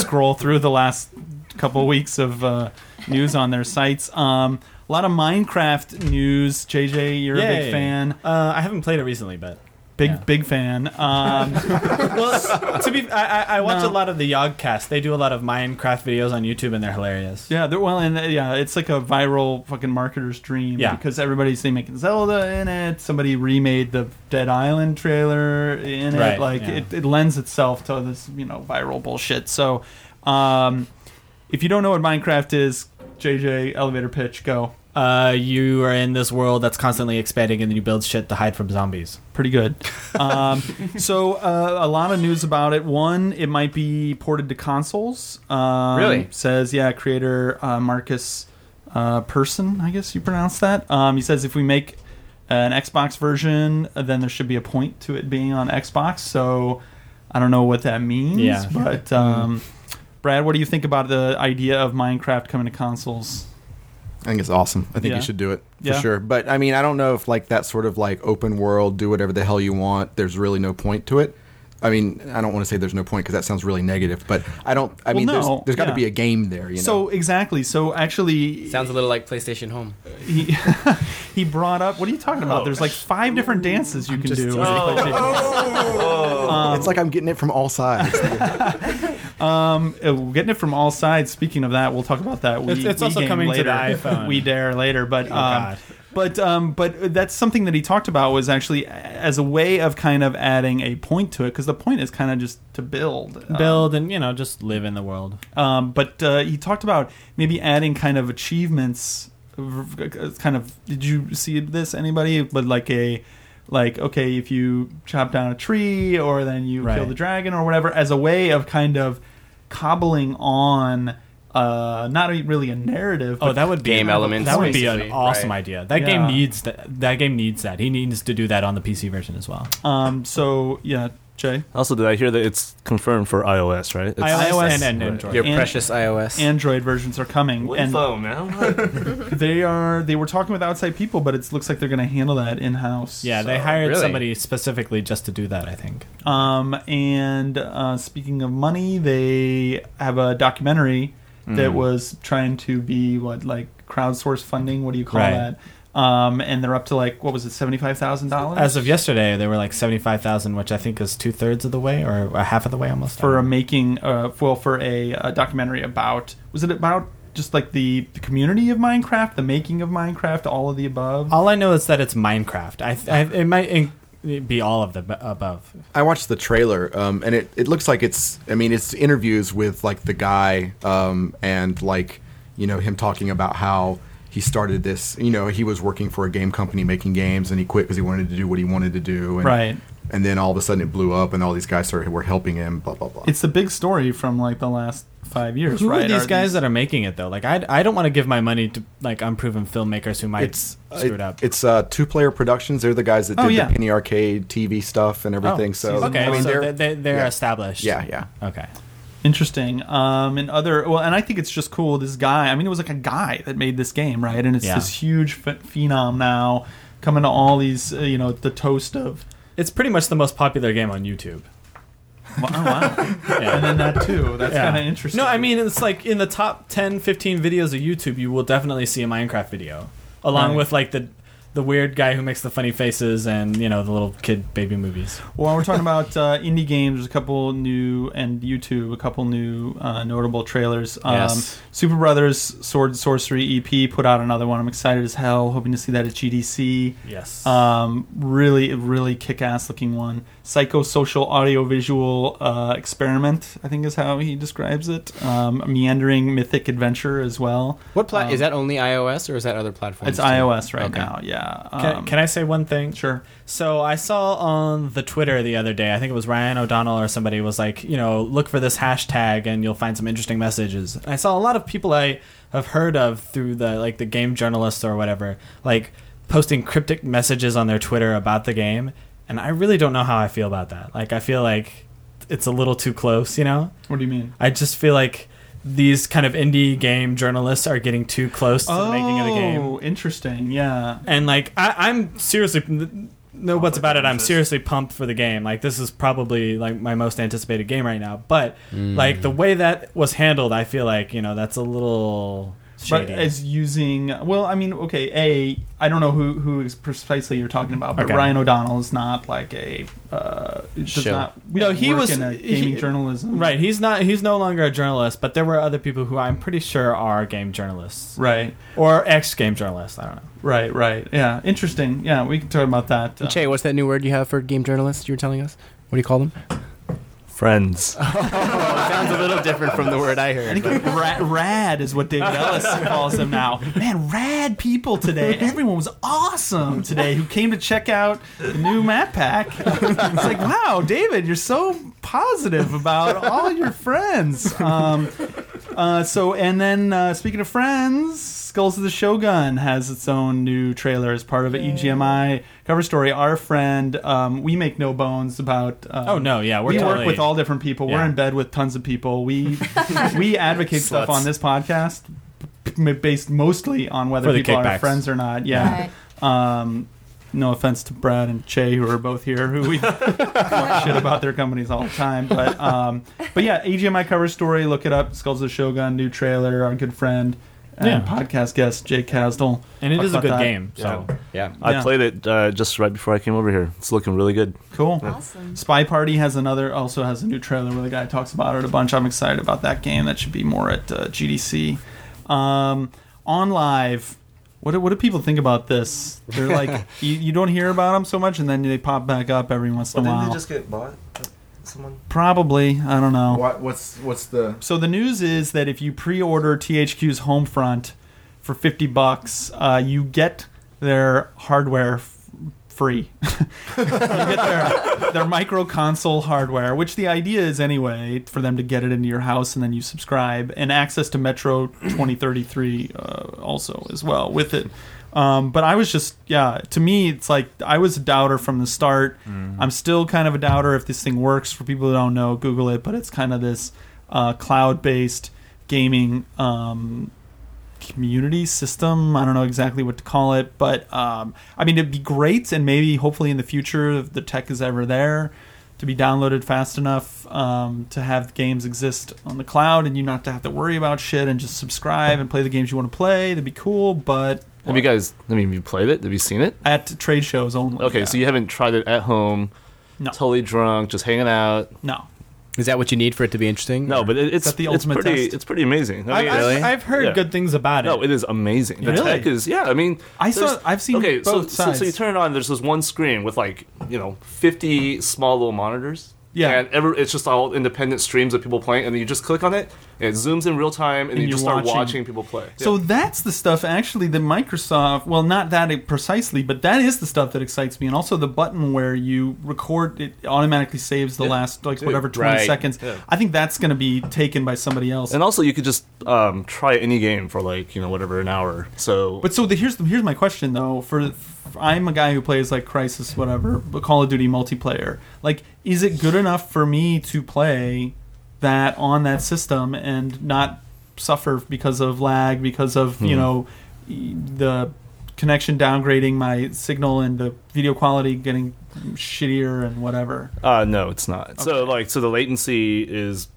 B: scroll through the last couple weeks of uh, news on their sites. Um, a lot of Minecraft news. JJ, you're a big
A: Yay.
B: fan.
A: Uh, I haven't played it recently, but
B: Big big fan. Um,
A: well, to be, I, I, I watch
B: No.
A: a lot of the Yogcast. They do a lot of Minecraft videos on YouTube, and they're hilarious.
B: Yeah, they're well, and uh, yeah, it's like a viral fucking marketer's dream.
A: Yeah.
B: because everybody's they making Zelda in it. Somebody remade the Dead Island trailer in
A: Right,
B: it. Like
A: yeah.
B: it, it lends itself to this you know viral bullshit. So, um, if you don't know what Minecraft is, JJ elevator pitch go.
A: Uh, you are in this world that's constantly expanding, and you build shit to hide from zombies.
B: Pretty good. um, so uh, a lot of news about it. One, it might be ported to consoles. Um,
D: Really?
B: Says yeah, creator uh, Marcus uh, Person, I guess you pronounce that. Um, he says if we make an Xbox version, uh, then there should be a point to it being on Xbox. So I don't know what that means.
A: Yeah.
B: But um, Brad, what do you think about the idea of Minecraft coming to consoles?
C: I think it's awesome. I think
B: Yeah.
C: you should do it for
B: Yeah.
C: sure. But I mean, I don't know if like that sort of like open world, do whatever the hell you want. There's really no point to it. I mean, I don't want to say there's no point because that sounds really negative. But I don't. I
B: Well,
C: mean,
B: no,
C: there's, there's got to
B: yeah.
C: be a game there. You know.
B: So exactly. So actually,
D: Sounds a little like PlayStation Home.
B: he he brought up. What are you talking about? There's like five different dances you can do. with PlayStation. Um,
C: it's like I'm getting it from all sides.
B: Um, uh, we're getting it from all sides. Speaking of that, we'll talk about that. We,
A: It's- it's
B: we
A: also
B: game
A: coming to
B: later.
A: the iPhone. Oh,
B: we dare later, but um,
A: God.
B: but um, but that's something that he talked about was actually as a way of kind of adding a point to it because the point is kind of just to build, um,
A: Build and you know just live in the world.
B: um, but uh, he talked about maybe adding kind of achievements. v- v- Kind of, did you see this? Anybody? But like a, like okay, if you chop down a tree, or then you kill
A: Right.
B: the dragon, or whatever, as a way of kind of cobbling on, uh, not a- really a narrative.
A: Oh,
B: but
A: that would be
D: Game elements,
A: That would be an
D: basically,
A: awesome
D: right.
A: idea. That
B: Yeah.
A: game needs that. That game needs that. He needs to do that on the PC version as well.
B: Um. So yeah, Jay.
J: Also, did I hear that it's confirmed for iOS, right? It's
A: iOS and, and Android.
D: Your
B: And-
D: precious iOS.
B: Android versions are coming.
J: What
B: and
J: phone, man?
B: they are. They were talking with outside people, but it looks like they're going to handle that in house.
A: Yeah, they hired
D: Oh, really?
A: somebody specifically just to do that. I think.
B: Um, and uh, speaking of money, they have a documentary
A: Mm.
B: that was trying to be what like crowdsource funding. What do you call
A: Right.
B: that? Um, and they're up to like what was it, seventy five thousand dollars
A: As of yesterday, they were like seventy-five thousand, which I think is two thirds of the way or a half of the way almost.
B: for a making uh, well for a, uh documentary about was it about just like the, the community of Minecraft, the making of Minecraft, all of the above.
A: All I know is that it's Minecraft. I, I it might in- be all of the ab- above.
C: I watched the trailer, um, and it, it looks like it's. I mean, it's interviews with like the guy, um, and like you know him talking about how he started this. You know, he was working for a game company making games, and he quit because he wanted to do what he wanted to do. And,
B: Right.
C: And then all of a sudden it blew up, and all these guys started were helping him. Blah blah blah.
B: It's the big story from like the last five years,
A: Who
B: right?
A: are these guys that are making it though? Like I, I don't want to give my money to like unproven filmmakers who might
C: it's
A: screw it
C: it-
A: up.
C: It's uh, two player productions. They're the guys that did
B: Oh, yeah.
C: the Penny Arcade TV stuff and everything. so
A: okay,
C: I mean,
A: Oh, so
C: they're,
A: they're, they, they're
C: yeah.
A: established.
C: yeah, yeah.
A: Okay.
B: Interesting. Um, and other well, and I think it's just cool. This guy. I mean, it was like a guy that made this game, right? And it's
A: Yeah.
B: this huge ph- phenom now, coming to all these. Uh, you know, the toast of.
A: It's pretty much the most popular game on YouTube.
B: Wow, wow. and
A: Yeah.
B: then that too. That's
A: Yeah.
B: kind of interesting.
A: No, I mean it's like in the top 10, 15 videos of YouTube, you will definitely see a Minecraft video, along
B: Right.
A: with like the the weird guy who makes the funny faces and you know the little kid baby movies.
B: Well, we're talking about uh, indie games. There's a couple new and YouTube, a couple new uh, notable trailers. Um,
D: Yes.
B: Super Brothers Sword and Sorcery EP put out another one. I'm excited as hell. Hoping to see that at GDC.
A: Yes.
B: Um, really, really kick-ass looking one. Psychosocial audiovisual uh, experiment, I think is how he describes it. Um, meandering mythic adventure as well.
D: What plat?
B: Um,
D: is that only iOS or is that other platforms?
B: It's
D: too?
B: iOS right
D: Okay.
B: now. Yeah.
A: Can,
B: Um,
A: can I say one thing?
B: Sure.
A: So I saw on the Twitter the other day, I think it was Ryan O'Donnell or somebody was like, you know, look for this hashtag and you'll find some interesting messages. I saw a lot of people I have heard of through the like the game journalists or whatever, like posting cryptic messages on their Twitter about the game, and I really don't know how I feel about that. Like I feel like it's a little too close, you know?
B: What do you mean?
A: I just feel like these kind of indie game journalists are getting too close to the making of the game
B: Oh, interesting. Yeah.
A: and like I, I'm seriously n- no what's about it. I'm
J: interest.
A: seriously pumped for the game. Like this is probably like my most anticipated Mm. game right now. But like the way that was handled, I feel like you know that's a little
B: but
A: Shady.
B: as using well, I mean, okay, a I don't know who who is precisely you're talking about, but
A: Okay.
B: Ryan O'Donnell is not like a uh, does
A: Shill.
B: not
A: No, he
B: work
A: was-
B: in a gaming
A: he-
B: journalism
A: Right, he's not. He's no longer a journalist, but there were other people who I'm pretty sure are game journalists.
B: Right.
A: Or ex game journalists. I don't know.
B: Right, right. Yeah, interesting. Yeah, we can talk about that.
D: Che, what's that new word you have for game journalists you were telling us? What do you call them?
J: Friends.
D: Oh, sounds a little different from the word I heard.
B: I think ra- rad is what David Ellis calls them now. Man, rad people today. Everyone was awesome today who came to check out the new map pack. It's like, wow, David, you're so positive about all your friends. Um, uh, so, and then uh, speaking of friends, Skulls of the Shogun has its own new trailer as part of an E EGMI cover story. Our friend, um, we make no bones about. Um,
A: Oh, no, yeah, we're
B: we
A: totally-
B: work with all different people. We're
A: Yeah.
B: in bed with tons of people. We we advocate stuff
A: Sluts.
B: on this podcast m- based mostly on whether
A: For the
B: people are our
A: kickbacks.
B: friends or not. Yeah. Um, no offense to Brad and Che, who are both here, who we talk shit about their companies all the time. But um, but yeah, AGMI cover story. Look it up. Skulls of the Shogun, new trailer. Our good friend and
A: Yeah.
B: podcast guest Jake Casdell.
A: And it
B: Talk
A: is a
B: about
A: good
B: that.
A: game, so-
D: Yeah.
J: I
B: Yeah.
J: played it uh, just right before I came over here. It's looking really good.
B: Cool.
J: Yeah.
B: Spy Party has another, also has a new trailer where the guy talks about it a bunch. I'm excited about that game. That should be more at uh, GDC. Um, on live, what do, what do people think about this? They're like, you, you don't hear about them so much, and then they pop back up every once in a while.
J: get bought? Someone.
B: Probably, I don't know.
F: What, what's what's the
B: So the news is that if you pre-order THQ's Homefront for fifty bucks, uh, you get their hardware f- free. you get their their micro console hardware, which the idea is anyway for them to get it into your house and then you subscribe and access to Metro twenty thirty three uh, also as well with it. Um, but I was just yeah. To me, it's like I was a doubter from the start. I'm still kind of a doubter if this thing works. For people who don't know, Google it. But it's kind of this uh, cloud-based gaming um, community system. I don't know exactly what to call it, but um, I mean, it'd be great, and maybe hopefully in the future, if the tech is ever there, to be downloaded fast enough um, to have games exist on the cloud, and you not to have to worry about shit, and just subscribe and play the games you want to play. That'd be cool, but
J: Have you guys? I mean, have you played it? Have you seen it?
B: At trade shows only.
J: Okay,
B: yeah.
J: so you haven't tried it at home.
B: No.
J: Totally drunk, just hanging out.
B: No.
D: Is that what you need for it to be interesting?
J: No, but it, it's
A: that the
J: it's
A: ultimate
J: pretty
A: test?
J: it's pretty amazing.
A: I've- I've-
J: it's-
A: I've heard good things about it.
J: No, it is amazing. The
A: Really?
J: tech is yeah. I mean,
A: I saw-
J: there's-
A: I've seen
J: Okay, so,
A: both
J: so so you
A: sides.
J: turn it on. There's this one screen with like you know 50 small little monitors.
B: Yeah.
J: and every, it's just all independent streams of people playing, and then you just click on it, and it zooms in real time, and,
B: And
J: you
B: you're
J: just start
B: watching.
J: watching, people play.
B: So that's the stuff actually that Microsoft, well, not that precisely, but that is the stuff that excites me. And also the button where you record, it automatically saves the
J: Yeah.
B: last, like,
J: Dude,
B: whatever, 20
J: right.
B: seconds.
J: Yeah.
B: I think that's going to be taken by somebody else.
J: And also, you could just um, try any game for like you know whatever an hour. So
B: But so the, here's the, here's my question though. For, for I'm a guy who plays like Crisis, whatever, but Call of Duty multiplayer. Like, is it good enough for me to play that on that system and not suffer because of lag, because of you
A: Hmm.
B: know e- the connection downgrading my signal and the video quality getting shittier and whatever?
J: Uh, no, it's not. So like, so the latency is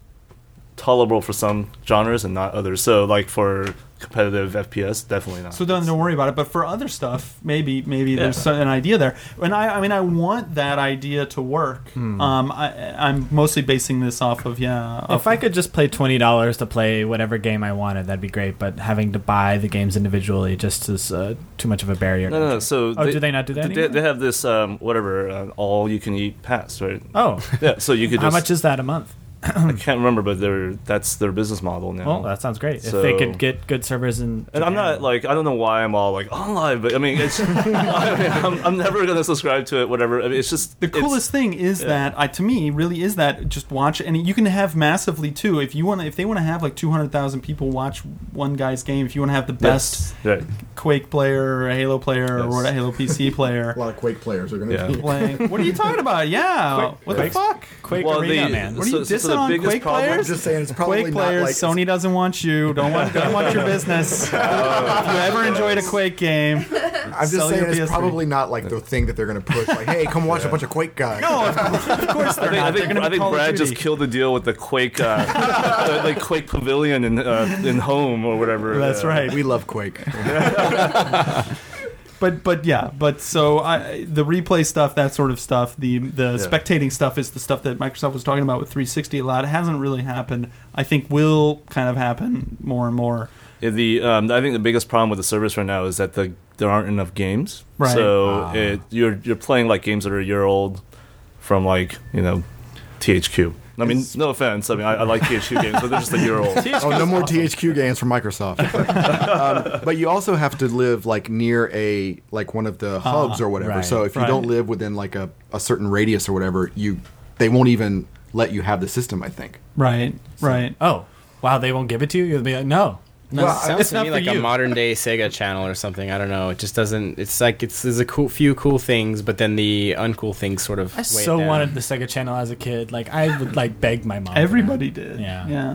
J: tolerable for some genres and not others. So like for competitive FPS, definitely not.
B: So then don't worry about it. But for other stuff, maybe maybe
J: Yeah.
B: there's some- an idea there. And I I mean I want that idea to work.
A: Hmm.
B: Um, I, I'm mostly basing this off of yeah.
A: If I could just pay twenty dollars to play whatever game I wanted, that'd be great. But having to buy the games individually just is uh, too much of a barrier.
J: no, no, no. So
A: Oh, do they not do that
J: They,
A: anymore?
J: they have this um, whatever uh, all you can eat pass, right?
A: Oh.
J: yeah. So you could.
A: How
J: Just,
A: much is that a month?
J: I can't remember, but they're that's their business model now.
A: Well, that sounds great. if they
J: So-
A: could get good servers and
J: And I'm not like I don't know why I'm all like on live, but I mean it's I am I'm never gonna subscribe to it. Whatever, I mean, it's just
B: the coolest thing is
J: yeah.
B: that I, to me really is that just watch and you can have massively too if you want to if they want to have like 200,000 people watch one guy's game if you want to have the best
J: Yes, right.
B: Quake player or Halo player or
F: Yes.
B: what Halo PC player a
F: lot of Quake players are going
J: Yeah.
F: be
B: playing what are you talking about yeah
F: Quake-
B: what
F: Quake-
B: the fuck
A: Quake
J: Well, Arena, the- man.
B: what are
J: so-
B: you
J: so-
B: dissing
J: so the
B: on
J: biggest
B: Quake
J: problem-
B: players
J: I'm just
F: saying it's probably
B: Quake
F: not
B: players
F: like-
B: Sony
C: Uh,
B: doesn't want you don't want don't want your business if you ever enjoyed a Quake game
C: I'm just
F: Sell your
C: saying it's
F: PS3.
C: probably not like the thing that they're going to push. Like, hey, come watch a bunch of Quake guys.
J: I think, I think, I think Brad just killed the deal with the Quake, uh, the, like Quake Pavilion in uh, in home or whatever.
B: That's
J: uh,
B: right.
C: We love Quake.
B: but but yeah, but so I, the replay stuff, that sort of stuff, the the
J: Yeah.
B: spectating stuff is the stuff that Microsoft was talking about with 360 a lot. It hasn't really happened. I think will kind of happen more and more.
J: Yeah, The um, I think the biggest problem with the service right now is that the there aren't enough games.
B: Right.
J: So
B: Ah.
J: it, you're you're playing like games that are a year old from like you know THQ. I mean, no offense. I mean, I, I like THQ games, but they're just a year old.
C: oh, no more THQ games from Microsoft. um, but you also have to live like near a like one of
B: Uh,
C: the hubs or whatever.
F: right,
C: so if you
F: right.
C: don't live within like a, a certain radius or whatever, you they won't even let you have the system. I think.
B: Right, right.
A: Oh, wow, they won't give it to you? You'll be like, no. No,
D: it sounds
A: it's
D: to
A: not
D: me
A: for
D: like a
A: you.
D: modern day Sega channel or something. I don't know. It just doesn't. It's like it's there's a cool few cool things, but then the uncool things sort of.
A: I
D: weigh it
A: so
D: down.
A: wanted the Sega Channel as a kid. Like I would like beg my mom.
B: Everybody did.
A: Yeah.
B: Yeah.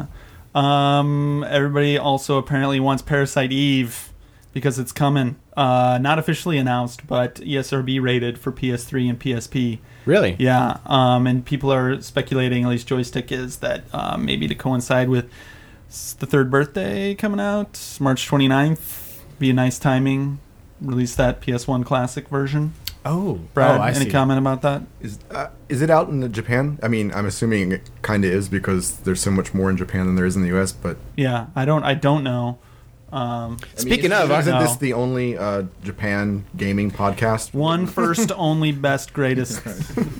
B: Um, everybody also apparently wants Parasite Eve because it's coming. Uh, not officially announced, but E ESRB rated for PS3 and PSP.
D: Really?
B: Yeah. Um, and people are speculating, at least Joystick is, that uh, maybe to coincide with s- the third birthday coming out, March 29th. Be a nice timing. Release that PS1 Classic version.
A: Oh,
B: Brad, any comment about that?
C: Is uh, is it out in Japan? I mean, I'm assuming it kind of is because there's so much more in Japan than there is in the U.S. But
B: Yeah, I don't. I don't know. Um,
C: I mean, isn't- isn't
B: No.
C: this the only uh, Japan gaming podcast?
B: One first, only, best, greatest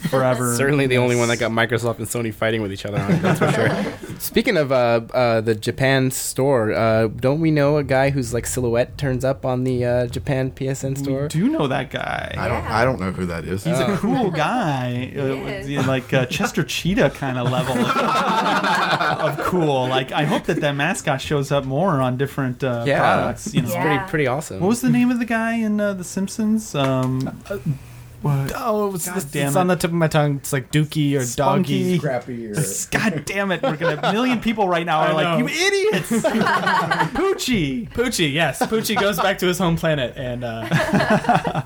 B: forever.
D: Certainly the only one that got Microsoft and Sony fighting with each other on it, that's for sure. Speaking of uh, uh, the Japan store, uh, don't we know a guy whose like silhouette turns up on the uh, Japan PSN store?
B: do know that guy.
D: I
C: don't- I don't know who that is. Uh,
D: Uh.
B: He's a cool guy, uh, yeah, like uh, Chester Cheetah kind of level of, of cool. Like I hope that that mascot shows up more on different uh,
D: Yeah.
B: products. You know,
D: It's pretty- pretty awesome.
B: What was the name of the guy in uh, The Simpsons? Um, what?
A: Uh, Oh, it was it's,
B: damn
A: it's
B: it.
A: on the tip of my tongue. It's like Dookie or Doggy.
C: Crappy.
B: God damn it! We're gonna a million people right now
A: I
B: are like, you
A: know.
B: idiots! Poochie.
A: Poochie, yes. Poochie goes back to his home planet, and uh,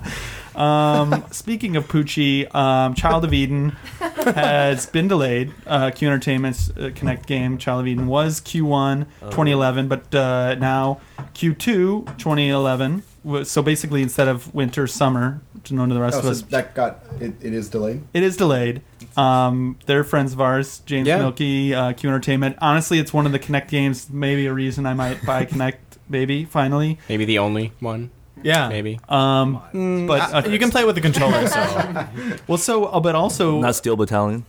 B: Um, speaking of Poochie, um, Child of Eden has been delayed. Uh, Q Entertainment's uh, Connect game, Child of Eden, was Q1 2011, but uh, now Q2 2011. W- So basically, instead of winter, summer, to known to the rest of us,
C: oh, that got it, it is delayed.
B: it is delayed. Um, they're friends of ours, James
C: Yeah.
B: Milky, uh, Q Entertainment. Honestly, it's one of the Connect games. Maybe a reason I might buy Connect, maybe finally.
D: Maybe the only one.
B: Yeah.
D: Maybe.
B: Um, but
A: uh, you can play with the controller, so.
B: well, so uh, but also uh,
J: Not Steel Battalion.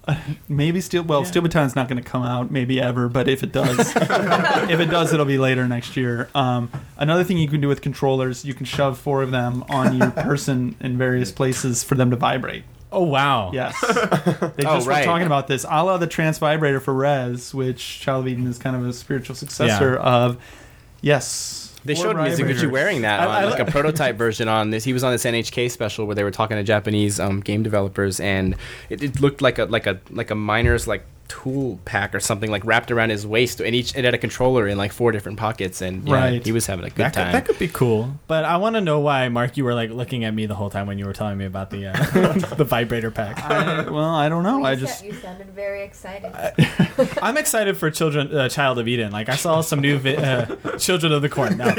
B: Maybe Steel. Well, Steel Battalion's not going to come out maybe ever, but if it does, if it does, it'll be later next year. Um, another thing you can do with controllers, you can shove four of them on your person in various places for them to vibrate.
A: Oh wow!
B: Yes, they just
A: Oh,
B: were
A: right.
B: talking about this, a la the trans vibrator for Res, which Child of Eden is kind of a spiritual successor of. Yes,
D: They
B: four
D: showed Mizuguchi
B: vibrators.
D: wearing that on like a prototype version on this. He was on this NHK special where they were talking to Japanese um, game developers, and it, it looked like a like a like a miner's like tool pack or something like wrapped around his waist, and each it had a controller in like four different pockets, and yeah,
A: Right.
D: he was having a good
A: That could,
D: time.
A: that could be cool, but I want to know why, Mark. You were like looking at me the whole time when you were telling me about the uh, the vibrator pack.
B: I- well, I don't know. I just
K: You sounded very excited.
A: I'm excited for Children uh, Child of Eden. Like I saw some new vi- uh, Children of the Corn. No.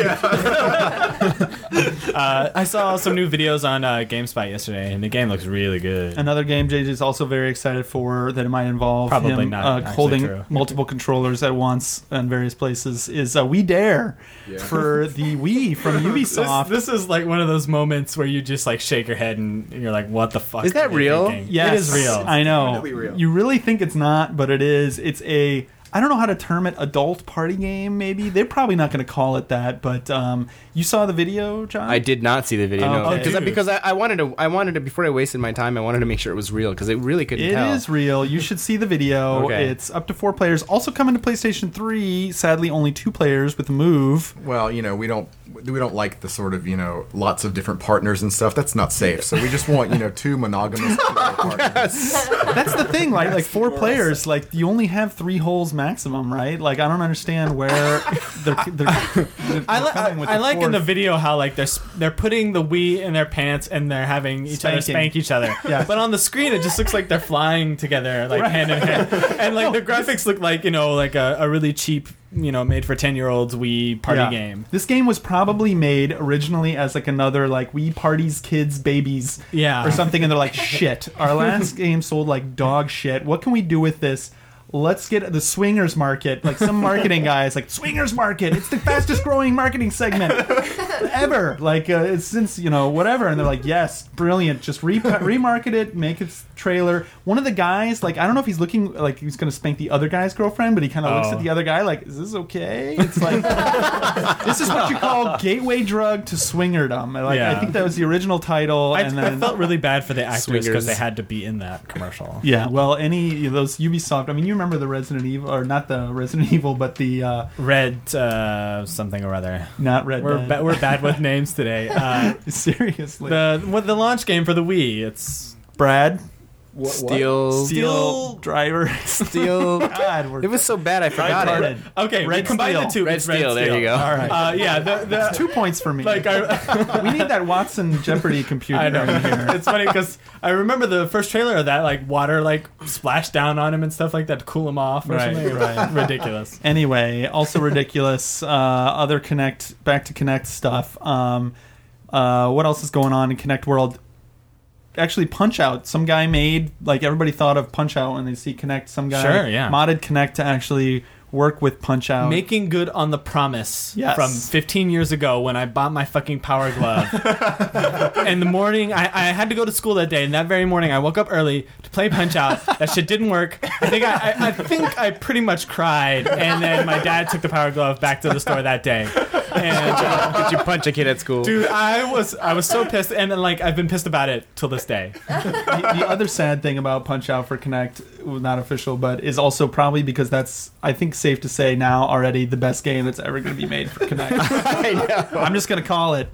A: uh, I saw some new videos on uh, GameSpot yesterday, and the game looks really good.
B: Another game JJ is also very excited for that it might involve
A: Probably
B: him
A: not
B: uh,
A: actually
B: holding
A: true.
B: multiple controllers at once in various places is uh, We Dare
A: Yeah.
B: for the Wii from Ubisoft.
A: This, this is like one of those moments where you just like shake your head and, and you're like, "What the fuck?"
D: Is that
A: are they
D: real?
A: thinking?"
B: Yes,
A: it is real.
B: I know.
A: Definitely real.
B: You really think it's not, but it is. It's a I don't know how to term it adult party game. Maybe they're probably not going to call it that, but um, you saw the video, John.
D: I did not see the video
B: Oh,
D: no.
B: okay.
D: because I, because I, I wanted to I wanted to before I wasted my time I wanted to make sure it was real because it really couldn't
B: It is
D: tell.
B: real. You should see the video.
D: Okay.
B: It's up to four players. Also coming to PlayStation 3. Sadly, only two players with Move.
C: Well, you know we don't we don't like the sort of you know lots of different partners and stuff. That's not safe. So we just want you know two monogamous.
B: That's the thing, like like four players, like you only have three holes maximum, right? Like I don't understand where they're. they're, they're
A: I, li-
B: coming with
A: I, I like in
B: fourth.
A: the video how like they're s- they're putting the Wii in their pants and they're having each other
B: Spanking.
A: spank each other.
B: Yeah.
A: But on the screen, it just looks like they're flying together, like hand in hand, and like the graphics look like you know like a, a really cheap you know made for ten year olds Wii party
B: Yeah.
A: game.
B: This game was probably made originally as like another like we parties kids babies
A: Yeah.
B: or something and they're like shit our last game sold like dog shit what can we do with this let's get the swingers market like some marketing guy is like swingers market it's the fastest growing marketing segment ever like uh, it's since you know whatever and they're like yes brilliant just re- remarket it make its trailer one of the guys like I don't know if he's looking like he's gonna spank the other guy's girlfriend but he kind of looks
A: Oh.
B: at the other guy like is this okay it's like this is what you call gateway drug to swingerdom. Like, I
A: Yeah.
B: think that was the original title.
A: I,
B: and
A: I
B: then,
A: felt really bad for the actors because
B: Swingers.
A: they had to be in that commercial.
B: yeah. Well, any of those Ubisoft. I mean, you remember the Resident Evil, or not the Resident Evil, but the uh,
A: Red uh, something or other.
B: Not Red
A: We're
B: Dead.
A: ba- we're bad with names today. Uh,
B: Seriously.
A: the what the launch game for the Wii. It's
B: Brad.
I: what? Steel-
B: Steel Driver.
I: Steel.
B: God, we're
I: Oh, it was so bad I forgot it.
A: Okay,
B: Red
A: we combined
B: Steel.
A: the two.
I: Red
A: It's
I: Steel, there you go.
A: All right. Uh, yeah, the, the,
B: That's two points for me.
A: like I,
B: we need that Watson Jeopardy computer.
A: I know.
B: in here.
A: It's funny because I remember the first trailer of that, like water like splashed down on him and stuff like that to cool him off or
B: Right,
A: something.
B: right.
A: Ridiculous.
B: Anyway, also ridiculous. Uh, other Connect, back to Connect stuff. Um, uh, what else is going on in Connect World? Actually, Punch Out. Some guy made like everybody thought of Punch Out when they see Connect. Some guy
A: Sure, yeah.
B: modded Connect to actually work with Punch Out.
A: Making good on the promise
B: Yes.
A: from 15 years ago when I bought my fucking power glove. and the morning, I, I had to go to school that day, and that very morning, I woke up early to play Punch Out. That shit didn't work. I think I, I, I think I pretty much cried, and then my dad took the power glove back to the store that day. And uh,
D: Did you punch a kid at school?
A: dude, I was I was so pissed, and then, like I've been pissed about it till this day.
B: the, the other sad thing about Punch Out for Connect, well, not official, but is also probably because that's I think safe to say now already the best game that's ever going to be made for Connect. I'm just going to call it.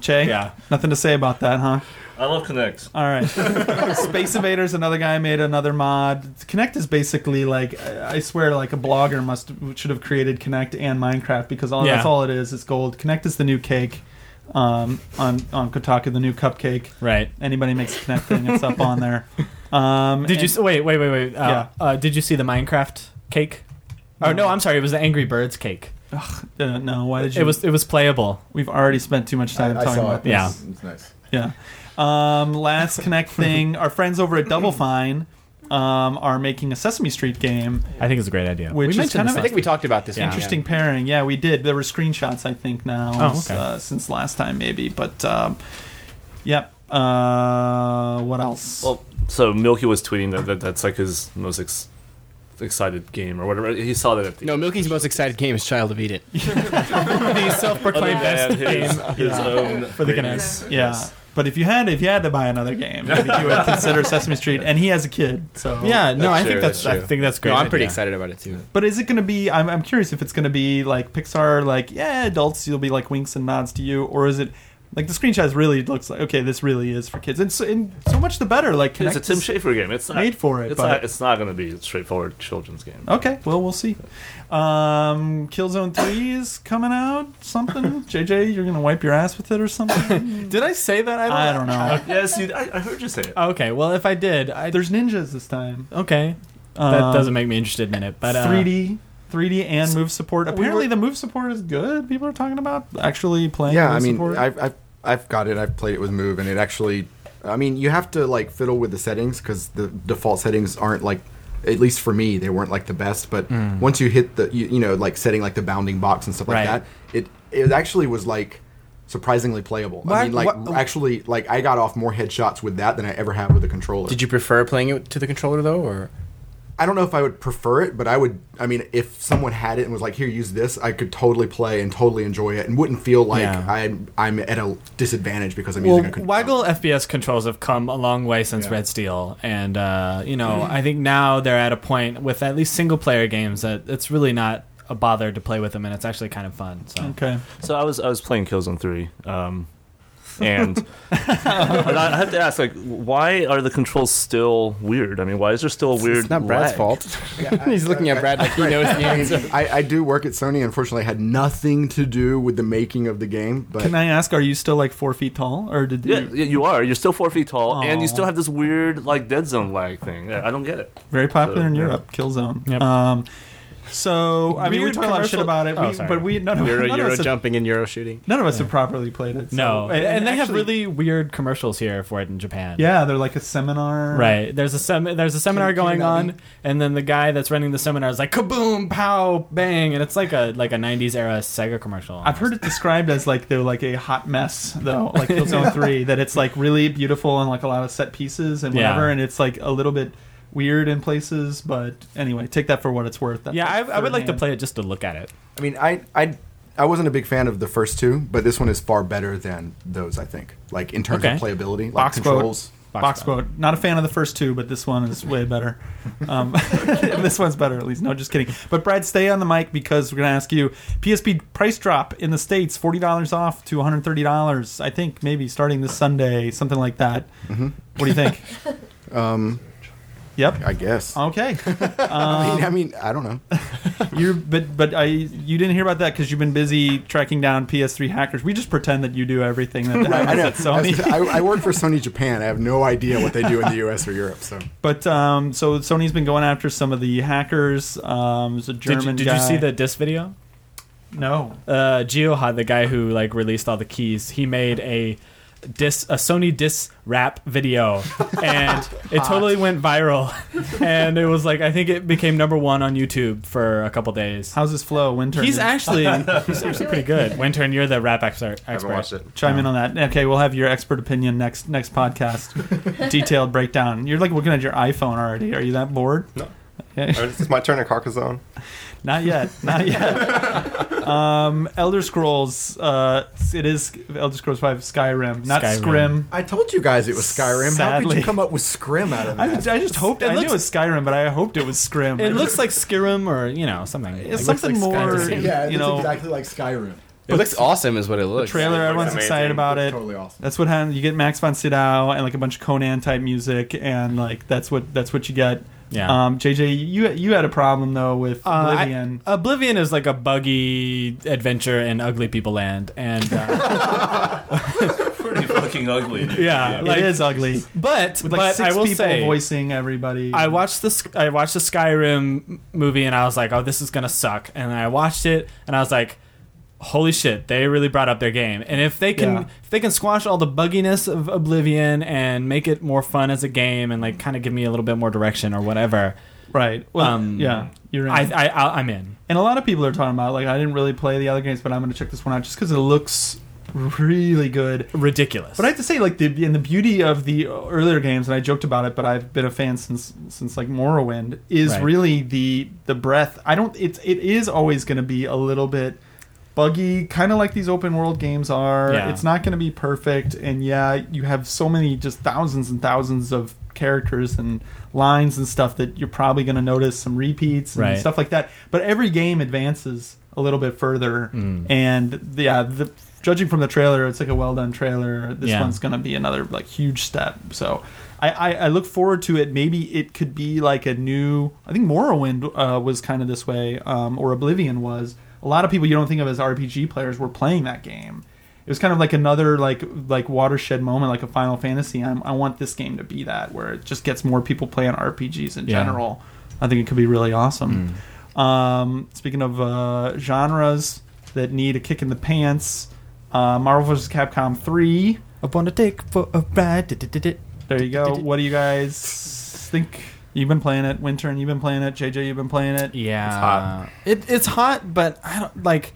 B: Che,
A: Yeah.
B: nothing to say about that, huh?
J: I love Connect.
B: All right. Space Invaders, another guy made another mod. Connect is basically like I I swear like a blogger must should have created Connect and Minecraft because all
A: Yeah.
B: that's all it is. It's gold. Connect is the new cake. Um, on on Kotaku, the new cupcake.
A: Right.
B: Anybody makes a Connect thing, it's up on there. Um,
A: Did you
B: and-
A: s- wait? Wait, wait, wait. Uh, uh, did you see the Minecraft cake? Oh no, I'm sorry. It was the Angry Birds cake.
B: uh, no, why did you?
A: It was it was playable.
B: We've already spent too much time
F: I, I
B: talking
F: saw
B: about
F: it.
B: this.
A: Yeah.
F: It's, it's nice.
B: Yeah. Um, last Connect thing. Our friends over at Double Fine um, are making a Sesame Street game.
A: I think it's a great idea.
B: Which
A: we
B: is
A: mentioned
B: kind
A: this
B: of-
D: I think we talked about this. Yeah.
B: Interesting pairing. Yeah, we did. There were screenshots, I think, now
A: Oh, okay.
B: uh, since last time, maybe. But um, yep. Uh, what else?
J: Well, so Milky was tweeting that, that that's like his most ex- excited game or whatever. He saw that at the
D: No, Milky's most excited game is Child of Eden.
A: the self-proclaimed
J: Other
A: best
J: than his,
A: game.
J: his own
A: For the
J: greatness.
B: yeah.
J: Yes.
B: But if you had, if you had to buy another game, maybe you would consider Sesame Street. And he has a kid, so
A: Yeah, no, I
D: true,
A: think that's,
D: that's
A: I
D: true.
A: think that's great.
D: No, I'm pretty
A: idea.
D: excited about it too.
B: But is it going to be? I'm, I'm curious if it's going to be like Pixar, like yeah, adults, you'll be like winks and nods to you, or is it like the screenshots really looks like okay, this really is for kids, and so and so much the better. Like
J: It's a
B: Kinect
J: Tim
B: is-
J: Schafer game. It's not,
B: made for it,
J: It's
B: but-
J: not. It's not going to be a straightforward children's game.
B: Okay, well we'll see. Um, Killzone Three is coming out. Something, JJ, you're gonna wipe your ass with it or something.
A: Did I say that?
B: I don't know.
J: yes, you, I, I heard you say it.
A: Okay, well, if I did, I
B: There's ninjas this time.
A: okay.
B: Um,
A: That doesn't make me interested in it, but uh,
B: 3D, 3D and move support. Apparently,
A: were-
B: the move support is good. People are talking about actually playing.
C: yeah,
B: move
C: I mean,
B: support.
C: I've, I've I've got it. I've played it with Move, and it actually. I mean, you have to like fiddle with the settings because the default settings aren't like. At least for me, they weren't like the best. But
B: Mm.
C: once you hit the, you, you know, like setting like the bounding box and stuff like that,
A: Right.
C: it it actually was like surprisingly playable. I
A: Why-
C: mean, like
A: wha-
C: actually, like I got off more headshots with that than I ever have with a controller.
D: Did you prefer playing it to the controller though, or
C: I don't know if I would prefer it, but I would. I mean, if someone had it and was like, "Here, use this," I could totally play and totally enjoy it, and wouldn't feel like
A: Yeah.
C: I'm I'm at a disadvantage because I'm
A: Well,
C: using a controller.
A: Waggle FPS controls have come a long way since
C: Yeah.
A: Red Steel, and uh, you know I think now they're at a point with at least single player games that it's really not a bother to play with them, and it's actually kind of fun. So
B: okay.
J: So I was I was playing Killzone Three. Um, and and I have to ask, like, why are the controls still weird? I mean, why is there still a weird?
D: not Brad's fault. He's looking at Brad like he knows the answer.
C: I, I do work at Sony. Unfortunately, I had nothing to do with the making of the game. But
B: Can I ask, are you still like four feet tall, or did
J: Yeah,
B: you?
J: yeah, you are. You're still four feet tall, and
B: Aw.
J: you still have this weird like dead zone lag thing. Yeah, I don't get it.
B: Very popular
J: So,
B: in
J: yeah.
B: Europe, Killzone. Um, so I mean, we
D: Weird
B: talk a lot of shit
D: commercial-
B: about it,
D: Oh,
B: we-
D: sorry.
B: but we none of
D: Euro,
B: none of
D: Euro
B: us have-
D: jumping and Euro shooting.
B: None of us have properly played it. so-
A: No, and, and they have
B: actually-
A: really weird commercials here for it in Japan.
B: Yeah, they're like a seminar.
A: Right. There's a sem- there's a seminar going on, and then the guy that's running the seminar is like kaboom, pow, bang, and it's like a like a '90s era Sega commercial.
B: I've heard it described as like they're like a hot mess though, like Killzone Three. That it's like really beautiful and like a lot of set pieces and
A: Yeah.
B: whatever, and it's like a little bit weird in places. But anyway, take that for what it's worth. That's
A: Yeah, I,
B: like
A: I would like to
B: third
A: play it just to look at it.
C: I mean, I, I, I wasn't a big fan of the first two, but this one is far better than those. I think, like in terms
B: Okay.
C: of playability, like
B: box
C: controls.
B: Box, quote. Not a fan of the first two, but this one is way better. Um, this one's better, at least. No, just kidding. But Brad, stay on the mic because we're going to ask you PSP price drop in the states, forty dollars off to one hundred thirty dollars. I think maybe starting this Sunday, something like that.
C: Mhm.
B: What do you think?
C: Um,
B: yep.
C: I guess.
B: Okay.
C: I, mean,
B: Um,
C: I mean, I don't know.
B: You're, but but I you didn't hear about that because you've been busy tracking down PS3 hackers. We just pretend that you do everything that happens
C: I, know.
B: at Sony.
C: I, I work for Sony Japan. I have no idea what they do in the U.S. or Europe. So
B: But um, so Sony's been going after some of the hackers. Um, there's a
A: Did you-
B: German.
A: did you see
B: guy.
A: the disc video?
B: No.
A: Uh, Geoha, the guy who like released all the keys, he made a dis a Sony dis rap video, and it totally went viral. And it was like I think it became number one on YouTube for a couple days.
B: How's his flow? Winter.
A: He's actually he's actually pretty good. Winter, you're the rap expert. expert.
H: watched it.
B: Chime in on that. Okay, we'll have your expert opinion next next podcast. Detailed breakdown. You're like looking at your iPhone already. Are you that bored? No.
H: All right, It's my turn at Carcassonne.
B: Not yet. Not yet. um, Elder Scrolls. Uh, it is Elder Scrolls Five Skyrim, not
C: Skyrim.
B: Scrim.
C: I told you guys it was Skyrim. How could
B: Sadly.
C: you come up with Scrim out of
B: I,
C: that?
B: I just hoped I
A: It
B: knew
A: looks-
B: it was Skyrim, but I hoped it was Scrim.
A: It looks like Skyrim or you know something.
B: It's
A: Like,
B: something
A: looks like
B: more,
A: fantasy.
B: Yeah, it you looks know-
C: exactly like Skyrim.
D: It looks awesome, is what it
B: the
D: looks.
B: trailer. Everyone's excited about it.
C: Totally awesome.
B: That's what happened. You get Max von Sydow and like a bunch of Conan type music, and like that's what that's what you get.
A: Yeah.
B: Um, JJ, you you had a problem though with
A: Uh, I-
B: Oblivion.
A: Oblivion is like a buggy adventure in ugly people land, and uh,
J: Pretty fucking ugly. dude.
A: yeah, like,
B: it is ugly.
A: But
B: With like
A: but
B: six
A: I will
B: people
A: say,
B: voicing everybody.
A: I watched this. I watched the Skyrim movie, and I was like, "Oh, this is gonna suck." And I watched it, and I was like, "Holy shit, they really brought up their game." And if they can,
B: Yeah.
A: if they can squash all the bugginess of Oblivion and make it more fun as a game, and like kind of give me a little bit more direction or whatever,
B: right. Well,
A: um,
B: yeah, you're in.
A: I, I, I I'm in.
B: and a lot of people are talking about like I didn't really play the other games, but I'm going to check this one out just because it looks really good.
A: Ridiculous.
B: But I have to say, like the and the beauty of the earlier games, and I joked about it, but I've been a fan since since like Morrowind is
A: Right.
B: really the the breath. I don't. It's it is always going to be a little bit buggy, kind of like these open world games are.
A: Yeah.
B: It's not going to be perfect, and yeah, you have so many just thousands and thousands of characters and lines and stuff that you're probably going to notice some repeats and
A: Right.
B: stuff like that. But every game advances a little bit further, and yeah, the, judging from the trailer, it's like a well done trailer. This
A: Yeah.
B: one's going to be another like huge step. So. I, I, I look forward to it. Maybe it could be like a new. I think Morrowind uh, was kind of this way, um, or Oblivion was. A lot of people you don't think of as RPG players were playing that game. It was kind of like another like like watershed moment, like a Final Fantasy. i I want this game to be that, where it just gets more people playing RPGs in
A: Yeah.
B: general general, I think it could be really awesome. Um, speaking of uh, genres that need a kick in the pants, uh, Marvel vs. Capcom 3.
A: I wanna take for a ride.
B: There you go. What do you guys think? You've been playing it, Winter, and you've been playing it. JJ, you've been playing it.
A: Yeah, it's
H: hot.
A: It, it's hot, but I don't like.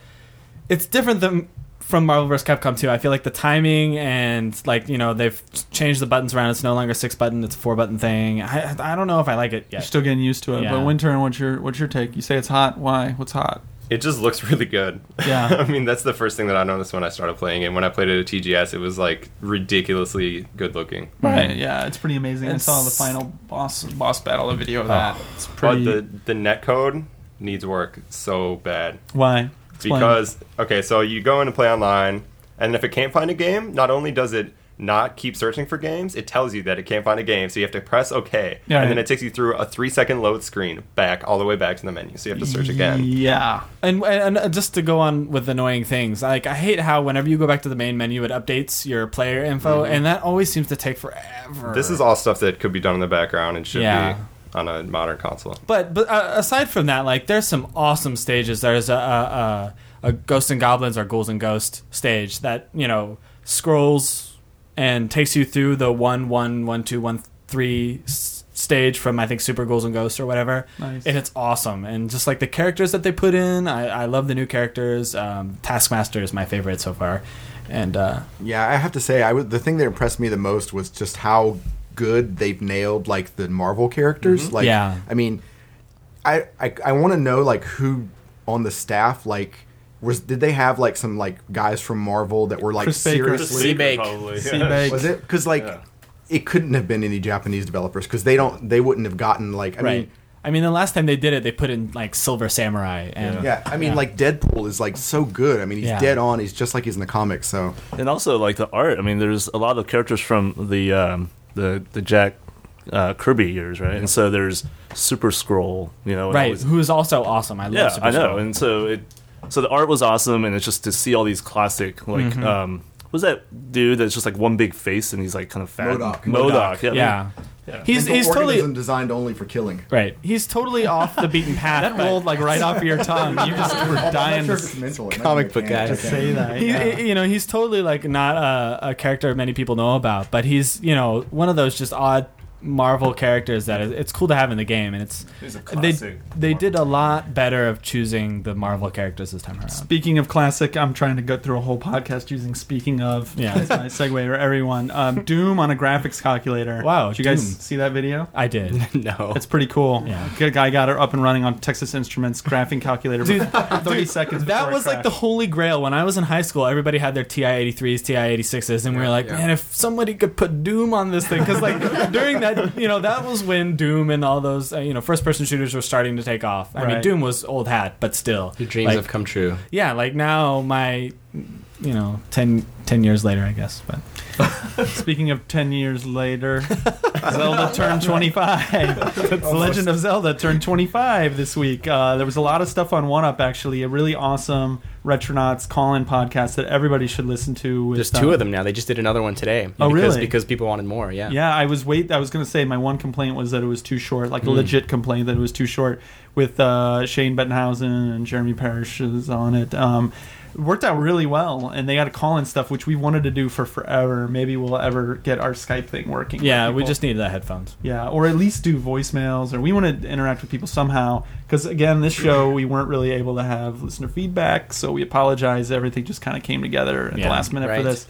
A: It's different than from Marvel vs. Capcom 2. I feel like the timing and like you know they've changed the buttons around. It's no longer six button; it's a four button thing. I I don't know if I like it
B: You're
A: yet.
B: still getting used to it.
A: Yeah.
B: But Winter, and what's your what's your take? You say it's hot. Why? What's hot?
H: It just looks really good.
B: Yeah.
H: I mean, that's the first thing that I noticed when I started playing it. When I played it at TGS, it was like ridiculously good looking.
B: Right. Yeah, it's pretty amazing.
A: It's-
B: I saw the final boss boss battle, a video of that. It's
H: Oh. But
B: pretty.
H: the the netcode needs work so bad
B: Why? Explain.
H: because okay, so you go in to play online, And if it can't find a game, not only does it not keep searching for games, it tells you that it can't find a game. So you have to press OK.
B: Yeah,
H: and
B: right.
H: then it takes you through a three second load screen back all the way back to the menu. So you have to search again.
A: Yeah, and and and just to go on with annoying things, like I hate how whenever you go back to the main menu, it updates your player info,
H: Mhm.
A: and that always seems to take forever.
H: This is all stuff that could be done in the background and should
A: Yeah.
H: be on a modern console.
A: But but uh, aside from that, like there's some awesome stages. There's a a, a a ghosts and goblins or ghouls and ghost stage that you know scrolls and takes you through the one one one two one three s- stage from I think Super Ghouls and Ghosts or whatever.
B: Nice.
A: And it's awesome. And just like the characters that they put in, I, I love the new characters. Um, Taskmaster is my favorite so far. And uh,
C: Yeah, I have to say, I would, the thing that impressed me the most was just how good they've nailed like the Marvel characters.
A: Mhm.
C: Like,
A: Yeah.
C: I mean, I I, I want to know like who on the staff like was did they have like some like guys from Marvel that were like
B: Chris Baker. Chris
C: seriously
B: Baker, Seabake. probably, yeah. Seabake.
C: was it because like it couldn't have been any Japanese developers because they don't they wouldn't have gotten like I
A: right.
C: mean
A: I mean, the last time they did it, they put in like Silver Samurai and
C: yeah I mean like Deadpool is like so good I mean he's
A: Yeah.
C: dead on he's just like he's in the comics so
J: And also like the art. I mean, there's a lot of characters from the um, the the Jack uh, Kirby years, right? And so there's Super Scroll, you know, and all
A: right,
J: these-
A: who is also awesome. I love
J: yeah,
A: Super
J: I know.
A: Scroll.
J: And so it, so the art was awesome, and it's just to see all these classic like.
B: Mm-hmm.
A: Mhm.
J: um was that dude that's just like one big face and he's like kind of fat?
C: Modok.
J: Modok, yeah. I mean-
A: He's-
C: Like, the
A: he's totally-
C: organism designed only for killing
A: Right. He's totally off the beaten path. that rolled like right off of your tongue. You just were
C: I'm not
A: dying.
C: sure
A: to
C: if it's mental. It might be
A: comic
C: book guy.
A: to
C: Just say that,
A: He,
C: yeah.
A: he- you know, he's totally like not a, a character many people know about, but he's you know one of those just odd Marvel characters that is, it's cool to have in the game, and it's
J: He's a
A: they
J: classic
A: they did a lot better of choosing the Marvel characters this time around.
B: Speaking of classic, I'm trying to go through a whole podcast using speaking of.
A: Yeah.
B: as my segue for everyone. Um, Doom on a graphics calculator.
A: Wow,
B: Did you guys
A: Doom.
B: see that video?
A: I did.
I: no.
B: It's pretty cool.
A: Yeah.
B: Good guy got her up and running on Texas Instruments graphing calculator.
A: Dude,
B: 30 seconds.
A: That
B: before it
A: was like the
B: crashed.
A: holy grail. When I was in high school, everybody had their TI 83s, TI 86s, and we were like, man, if somebody could put Doom on this thing. Because, like, during that, you know, that was when Doom and all those, uh, you know, first person shooters were starting to take off. I mean,
B: Right.
A: Doom was old hat, but still.
I: Your dreams
A: Like,
I: have come true.
A: Yeah, like now my, you know, 10, 10 years later, I guess. But
B: Speaking of 10 years later, Zelda turned 25. the Legend of Zelda turned 25 this week. Uh, there was a lot of stuff on One Up, actually. A really awesome Retronauts call in podcast that everybody should listen to. With,
D: There's two
B: um,
D: of them now. They just did another one today.
B: Oh,
D: because,
B: really?
D: Because people wanted more. Yeah.
B: Yeah, I was wait. I was gonna say my one complaint was that it was too short. Like a
D: Mm.
B: legit complaint that it was too short with uh, Shane Bettenhausen and Jeremy Parrish is on it. Um, it worked out really well, and they got a call in stuff which we wanted to do for forever. Maybe we'll ever get our Skype thing working. for
A: yeah, we
B: people.
A: just needed the headphones.
B: Yeah, or at least do voicemails, or we want to interact with people somehow. Because again, this show we weren't really able to have listener feedback, so we apologize. Everything just kind of came together at
A: Yeah,
B: the last minute
D: right.
B: for this.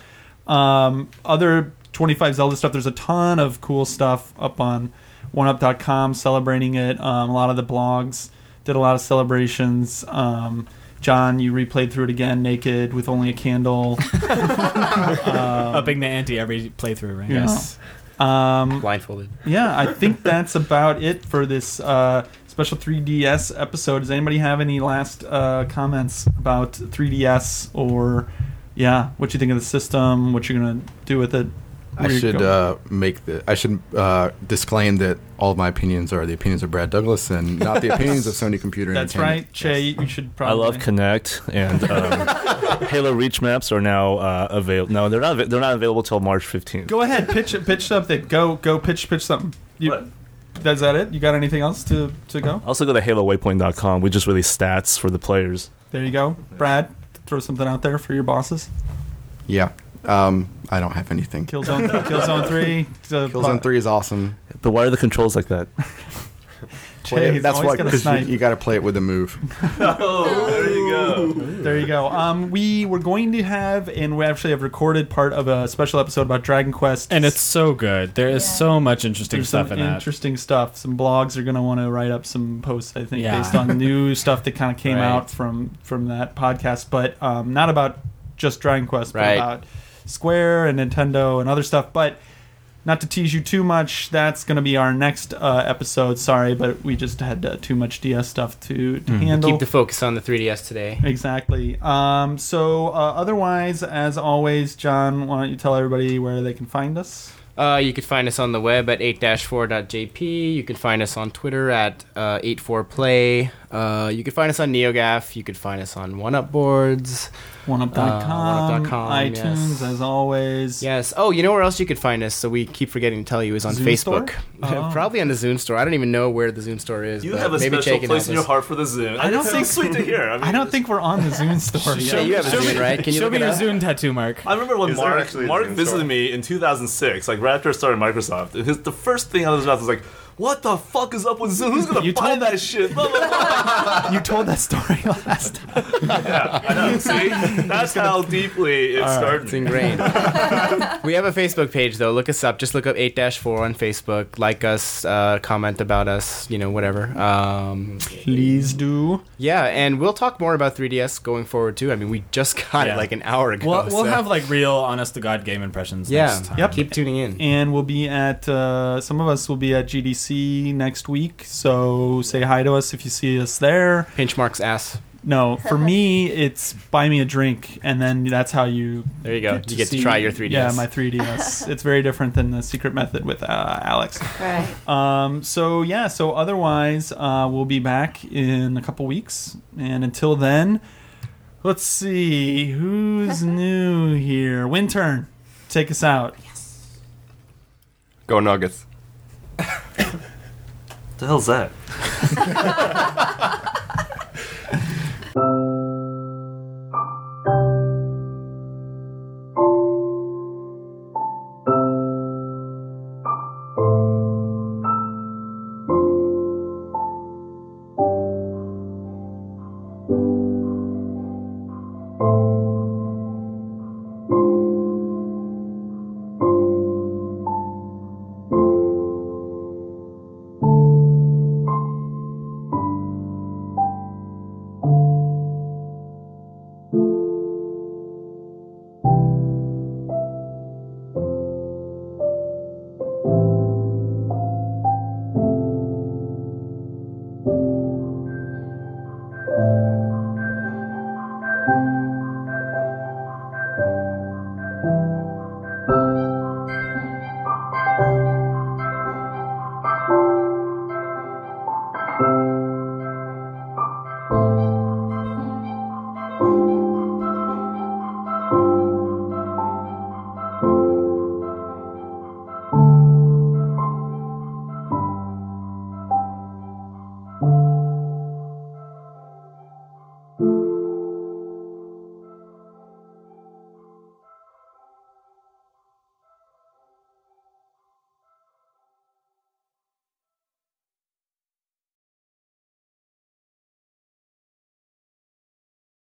B: Um, other 25 Zelda stuff. There's a ton of cool stuff up on OneUp.com celebrating it. Um, a lot of the blogs did a lot of celebrations. Um, John, you replayed through it again, naked with only a candle. Um,
A: Upping the ante every playthrough, right?
B: you know. Um,
D: Blindfolded.
B: yeah, I think that's about it for this uh, special 3DS episode. Does anybody have any last uh, comments about 3DS or, yeah, what you think of the system, what you're going to do with it?
C: I
B: Where you're
C: should
B: going?
C: uh, make the. I should uh, disclaim that all of my opinions are the opinions of Brad Douglas and not the opinions of Sony Computer.
B: That's
C: Entertainment.
B: right, Che. You should
J: I
B: probably.
J: love Connect and um, Halo Reach maps are now uh, available. No, they're not. Av- they're not available till March fifteenth.
B: Go ahead, pitch it, pitch something. Go, go, pitch, pitch something. You, that's that it. You got anything else to to go?
J: Also, go to HaloWaypoint.com. We just release stats for the players.
B: There you go, Brad. Throw something out there for your bosses.
C: Yeah. Um, I don't have anything.
B: Killzone, Killzone Three. uh,
C: Killzone Three is awesome.
J: But why are the controls like that?
B: Che,
C: Play it.
B: he's
C: That's
B: always
C: why
B: gonna
C: because you,
B: snipe.
C: you got to play it with a move.
J: oh, there you go.
B: There you go. Um, we were going to have, and we actually have recorded part of a special episode about Dragon Quest.
A: And it's so good. There is
K: Yeah.
A: so much interesting
B: There's
A: stuff
B: some
A: in that.
B: interesting stuff. Some blogs are going to want to write up some posts, I think,
A: Yeah.
B: based on new stuff that kind of came
D: Right.
B: out from from that podcast, but um, not about just Dragon Quest, but
D: Right.
B: about Square and Nintendo and other stuff. But Not to tease you too much, that's going to be our next uh, episode. Sorry, but we just had uh, too much DS stuff to, to Mm-hmm. handle.
D: Keep the focus on the 3DS today.
B: Exactly. Um, so, uh, otherwise, as always, John, why don't you tell everybody where they can find us?
D: Uh, you could find us on the web at 8-4.jp. You could find us on Twitter at uh, 84play. Uh, you could find us on NeoGAF. You could find us on Uh, 1UpBoards.
J: Uh,
B: OneUp.com, iTunes,
D: yes.
B: as always.
D: Yes. Oh, you know where else you could find us? So we keep forgetting to tell you is on
B: Zune
D: Facebook.
B: store?
D: Probably on the Zoom store. I don't even know where the Zoom store is.
J: You
D: but
J: have a
D: maybe
J: special
D: Jake can
J: place
D: help
J: in your
D: us.
J: heart for the Zoom.
D: I don't
J: It's
D: think-
J: so sweet to hear. I mean,
B: don't think we're on the Zune store.
J: Yeah, you have a Zune, right? Can you
A: show
J: look
A: me
J: it
A: your
J: up?
A: Zune tattoo, Mark.
J: I remember when
A: Is there
J: Mark,
A: actually a
J: Mark
A: Zoom
J: visited
A: store?
J: me in 2006, like right after I started Microsoft. and His, the first thing out of his mouth was like, "What the fuck is up with Zoom? Who's gonna buy that shit?" Blah, blah, blah.
B: you told that story last time.
J: yeah, I know. See, that's how deeply it
D: All right.
J: started.
D: It's ingrained. we have a Facebook page though. Look us up. Just look up eight four on Facebook. Like us. Uh, comment about us. You know, whatever. Um,
B: Please do.
D: Yeah, and we'll talk more about 3ds going forward too. I mean, we just got
A: Yeah.
D: it like an hour ago.
A: We'll, we'll
D: so-
A: have like real, honest to god game impressions.
D: Yeah.
A: Next time.
B: Yep.
D: Keep tuning in.
B: And we'll be at, uh, some of us will be at GDC next week. So say hi to us if you see us there.
D: Pinch Mark's ass.
B: No, for me, it's buy me a drink, and then that's how you.
D: There you go. You get to try your 3DS.
B: Yeah, my 3DS. it's very different than the secret method with uh, Alex.
L: Right.
B: Um, so yeah. So otherwise, uh, we'll be back in a couple weeks, and until then, let's see who's new here. Wintern, take us out.
H: Go Nuggets.
J: the hell's that?